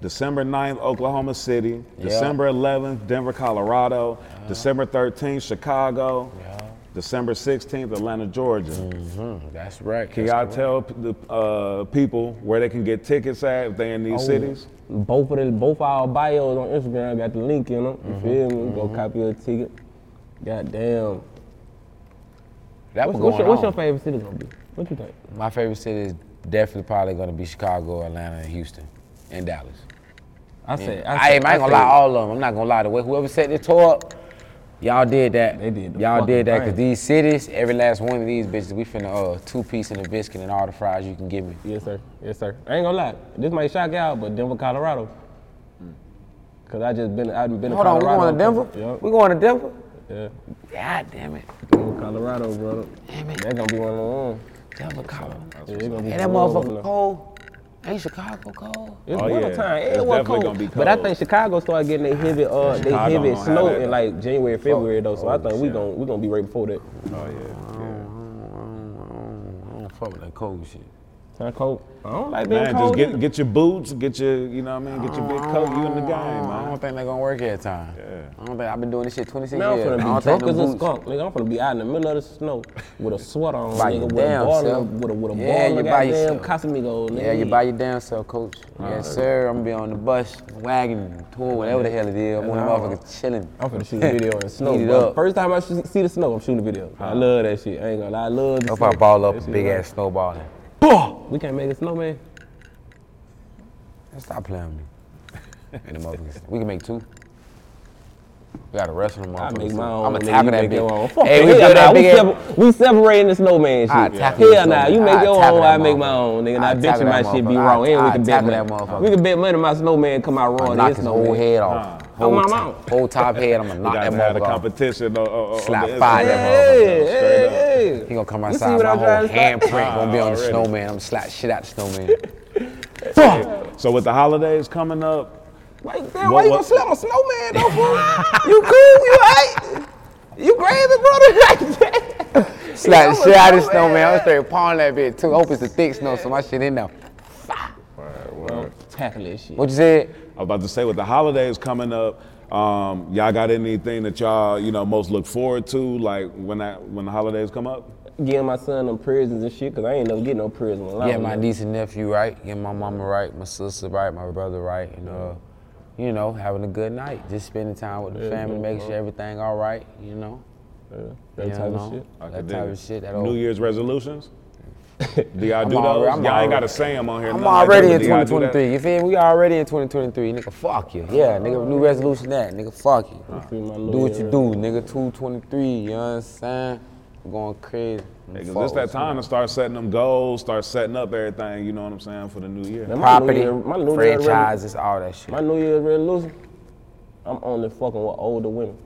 S6: December 9th, Oklahoma City.
S3: Yep.
S6: December 11th, Denver, Colorado.
S3: Ah.
S6: December 13th, Chicago. December 16th, Atlanta, Georgia.
S3: Mm. Hmm, That's right.
S6: Can
S3: That's
S6: y'all
S3: correct.
S6: tell p- the uh, people where they can get tickets at if they're in these
S4: Oh,
S6: cities?
S4: Both of the, both our bios on Instagram got the link in them. You
S3: Mm-hmm.
S4: feel me? Go copy your ticket. Goddamn.
S3: That
S4: What's,
S3: was
S4: what's,
S3: going
S4: your, what's
S3: on.
S4: your favorite city gonna be? What you think?
S3: My favorite city is definitely probably gonna be Chicago, Atlanta, and Houston, and Dallas.
S4: I
S3: Yeah.
S4: said,
S3: Mm. I, ain't I ain't gonna lie, all of them. I'm not gonna lie. The way whoever set this tour up, y'all did that. They did. y'all
S4: fucking
S3: did that because
S4: thing.
S3: these cities, every last one of these bitches, we finna uh, two piece and a biscuit and all the fries you can give me.
S4: Yes, sir. Yes, sir. I ain't gonna lie. This might shock y'all, but Denver, Colorado. Cause I just been, I've been
S3: Mm. Hold
S4: to
S3: on, we
S4: Colorado.
S3: going to Denver?
S4: Yup.
S3: We going to Denver?
S4: Yeah.
S3: God damn it.
S4: Denver, Colorado, brother. Damn it. That's gonna be one of them.
S3: Denver, Colorado.
S4: Yeah, they gonna be
S3: And that
S4: cold up
S3: motherfucker
S4: there.
S3: cold. Ain't Chicago cold?
S4: It's
S6: Oh, yeah.
S4: winter time.
S6: It's
S4: It was
S6: definitely
S4: cold.
S6: gonna be
S4: But I
S6: cold.
S4: think Chicago started getting they heavy uh they
S6: Chicago
S4: heavy
S6: don't have
S4: snow
S6: that.
S4: in like January, February though. So I
S3: Oh,
S4: think we
S3: shit.
S4: gon' we gonna be right before that.
S6: Oh
S3: I
S6: yeah.
S3: don't, I don't, I don't fuck with that cold shit.
S4: Not cold. I don't like being
S6: Man,
S4: cold.
S6: just get, get your boots, get your, you know what I mean, get your big coat, you in the game,
S3: I
S6: man.
S3: don't think they're gonna work every time. I don't think I've been doing this shit 26
S4: Man, I'm
S3: years.
S4: finna
S3: I
S4: be
S3: don't
S4: drunk
S3: think
S4: as
S3: no
S4: a
S3: boots.
S4: skunk. Nigga, I'm finna be out in the middle of the snow with a sweater on,
S3: By
S4: nigga,
S3: your
S4: with a
S3: damn
S4: ball,
S3: self.
S4: of- with a with a
S3: Yeah,
S4: ball
S3: you
S4: of
S3: by
S4: goddamn
S3: yourself.
S4: Casamigos, nigga.
S3: Yeah, you buy your damn self, coach. yes, sir. I'm gonna be on the bus, wagon, touring, whatever the hell it is. I'm one of them motherfuckers chilling.
S4: I'm finna shoot a video in the snow.
S3: Eat it
S4: bro.
S3: up.
S4: First time I sh- see the snow, I'm shooting a video. I love that shit. I ain't gonna lie, I love the
S3: If
S4: snow.
S3: I ball
S4: That
S3: up,
S4: shit
S3: big
S4: right.
S3: ass snowballing.
S4: Boom! We can't make a snowman.
S3: Stop playing
S4: [LAUGHS]
S3: with me. And the motherfuckers. We can make two. We gotta wrestle them
S4: I
S3: motherfuckers.
S4: make my
S3: I'm
S4: own.
S3: gonna
S4: nigga,
S3: tackle
S4: you
S3: that
S4: make your own.
S3: bitch.
S4: Fuck
S3: Hey,
S4: [LAUGHS]
S3: we
S4: hell
S3: build
S4: nah,
S3: that
S4: we,
S3: big ass.
S4: separ- we separating the snowman
S3: I
S4: shit.
S3: tackle
S4: Hell
S3: the
S4: nah, you
S3: snowman.
S4: make
S3: I
S4: your
S3: tackle
S4: own. I
S3: that
S4: make my own, nigga. And I
S3: I
S4: bet
S3: tackle
S4: you my
S3: that
S4: shit be
S3: motherfucker. I-
S4: wrong. And we
S3: I
S4: can bet
S3: tackle that
S4: money.
S3: motherfucker.
S4: We can bet money my snowman come out raw.
S3: Knock his whole head off.
S4: Oh,
S3: Whole
S4: my
S3: top-
S4: mouth.
S3: Whole top head.
S4: [LAUGHS]
S3: I'm gonna
S6: We
S3: knock
S6: got
S3: that
S6: to have a
S3: motherfucker off.
S6: competition. on- on- on- on
S3: Slap
S6: the
S3: fire
S6: Instagram.
S3: that
S6: Yeah,
S3: motherfucker.
S6: straight up.
S3: He gonna come
S6: You see
S3: outside.
S6: what
S3: My
S6: I'm
S3: whole
S6: trying to say?
S3: handprint gonna be on the
S6: Already.
S3: snowman. I'm gonna slap shit out the
S4: [LAUGHS]
S3: snowman.
S6: So with the holidays coming up,
S4: Like,
S6: What-
S4: damn, why you
S6: what-
S4: gonna slap a snowman though, fool? you cool? You alright? You crazy, brother? Like that?
S3: slap the
S4: Yo,
S3: shit out of the
S4: snowman.
S3: snowman. I'm straight pawing that bitch too. Hope it's the thick snow, so my shit in there.
S4: Tackle this shit.
S3: What you said?
S6: I was about to say with the holidays coming up, um, y'all got anything that y'all you know most look forward to, like when that when the holidays come up?
S4: Getting my son them prisons and shit, cause I ain't never get no prison. when I
S3: Yeah,
S4: was
S3: my
S4: little.
S3: niece and nephew right. Get my mama right. My sister right. My brother right. And uh, you know, having a good night. Just spending time with the
S4: Yeah,
S3: family,
S4: yeah,
S3: making
S4: yeah.
S3: sure everything all right. You know.
S4: that
S3: You
S4: type of
S3: know,
S4: shit. I
S3: That
S6: could
S3: type
S6: dig
S3: of
S6: it.
S3: shit. That
S6: New
S3: old [LAUGHS]
S6: Year's resolutions. do y'all
S3: I'm
S6: do those?
S3: alre- I'm
S6: y'all ain't
S3: alre-
S6: gotta say them on here.
S3: I'm
S6: nothing like that,
S3: already
S6: but
S3: in
S6: do y'all do that?
S3: 2023. You feel me? We already in 2023, nigga. Fuck you. Yeah, nigga. New resolution that, nigga. Fuck you. do what you do, nigga. 223. You know what I'm saying? I'm going crazy. I'm
S6: Because it's
S3: forward,
S6: that time
S3: man.
S6: to start setting them goals, start setting up everything. You know what I'm saying for the new year.
S4: Man, my New
S3: Property,
S4: Year- my New Year really-
S3: franchises, all that shit.
S4: My New Year's resolution, I'm only fucking with older women.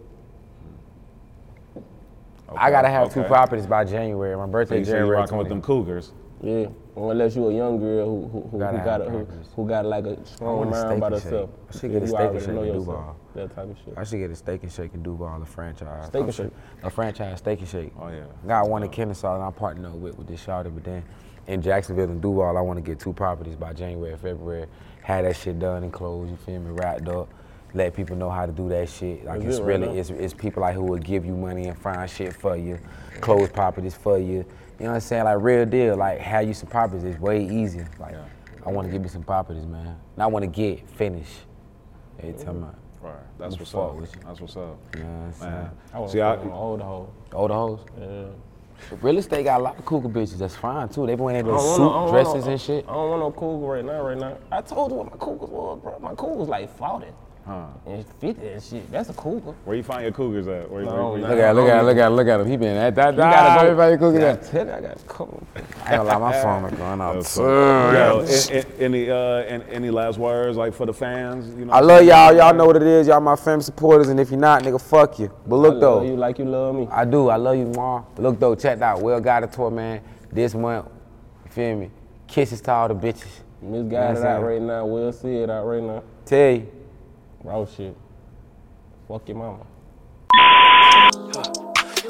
S3: I gotta have two
S4: okay.
S3: properties by January. My
S6: So
S3: birthday
S6: you say you
S3: January.
S6: rocking with them
S3: 20th.
S6: cougars.
S4: Yeah, or unless you a young girl who who who,
S3: Gotta
S4: who
S3: have
S4: got a, who,
S3: practice.
S4: who got like a
S3: I
S4: strong
S3: want a steak
S4: mind by
S3: and shake.
S4: herself.
S3: I should get a
S4: You
S3: steak
S4: already
S3: and shake
S4: know
S3: in
S4: yourself.
S3: Duval.
S4: That type of shit.
S3: I should get a steak and shake in Duval, a franchise.
S4: Steak and
S3: I'm sure-
S4: shake.
S3: A franchise steak and shake.
S6: Oh yeah.
S3: Got one in Kennesaw and I partnered up with with this shawty, but then in Jacksonville and Duval, I want to get two properties by January, February. Have that shit done and closed. You feel me? Wrapped up. Let people know how to do that shit. Like
S4: That's
S3: it's
S4: it right
S3: really
S4: now.
S3: it's, it's people like who will give you money and find shit for you, close properties for you. You know what I'm saying? Like real deal. Like have you some properties? It's way easier. Like I want to give me some properties, man. And I want to get finish. Every time I.
S6: Right. That's
S3: Move
S6: what's
S3: forward
S6: up.
S3: with you.
S6: That's what's up.
S3: You know what I'm saying?
S6: Man.
S4: I want
S6: See,
S4: to
S6: I,
S4: older hoe.
S3: Older hoes.
S4: Yeah.
S3: Real estate got a lot of cougar bitches. That's fine too. They wearing
S4: I
S3: their
S4: don't
S3: suit
S4: want no- I don't want no-
S3: dresses and shit.
S4: I don't want no cougar right now, right now. I told you what my cougars was, bro. My cougars like 40 and 50 and shit. That's a cougar.
S6: where you find your cougars at? Where,
S4: No,
S6: where- where-
S4: no.
S3: Look at, look at, look at, look at him. He been at that.
S4: You gotta
S3: that
S4: go-
S3: everybody cooking
S4: Yeah, I
S3: that.
S4: tell you, I got a couple.
S3: I ain't gonna lie, my phone is going off.
S6: That's
S3: too.
S6: what- Yo,
S3: Yeah.
S6: a- a- any uh, an- any last words like for the fans? You know,
S3: I love y'all. Y'all know what it is. Y'all my fam supporters, and if you're not, nigga, fuck you. But
S4: I
S3: look
S4: love
S3: though,
S4: you like you love me.
S3: I do. I love you, mom. But look though, check it out. Well, got a tour, man. This month, you feel me? Kisses to all the bitches.
S4: Misguided
S3: You know what I'm
S4: out
S3: saying?
S4: right now. We'll see it out right now.
S3: Tell you.
S4: Raw shit. Fuck your mama.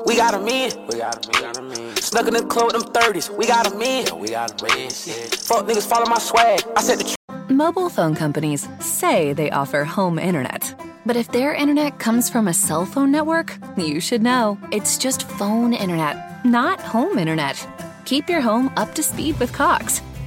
S5: We got a man. We got a man. Snuck in the club with them 30s. We got a man. we got a man. Fuck niggas follow my swag. I said the truth.
S8: Mobile phone companies say they offer home internet. But if their internet comes from a cell phone network, you should know. It's just phone internet, not home internet. Keep your home up to speed with Cox.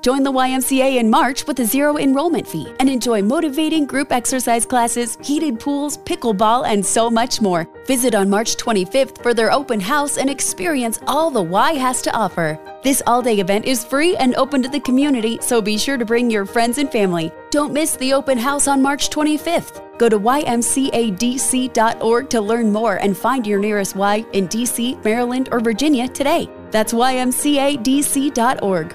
S9: Join the YMCA in March with a zero enrollment fee and enjoy motivating group exercise classes, heated pools, pickleball, and so much more. Visit on March 25th for their open house and experience all the Y has to offer. This all day event is free and open to the community, so be sure to bring your friends and family. Don't miss the open house on March 25th. Go to ymcadc.org to learn more and find your nearest Y in DC, Maryland, or Virginia today. That's ymcadc.org.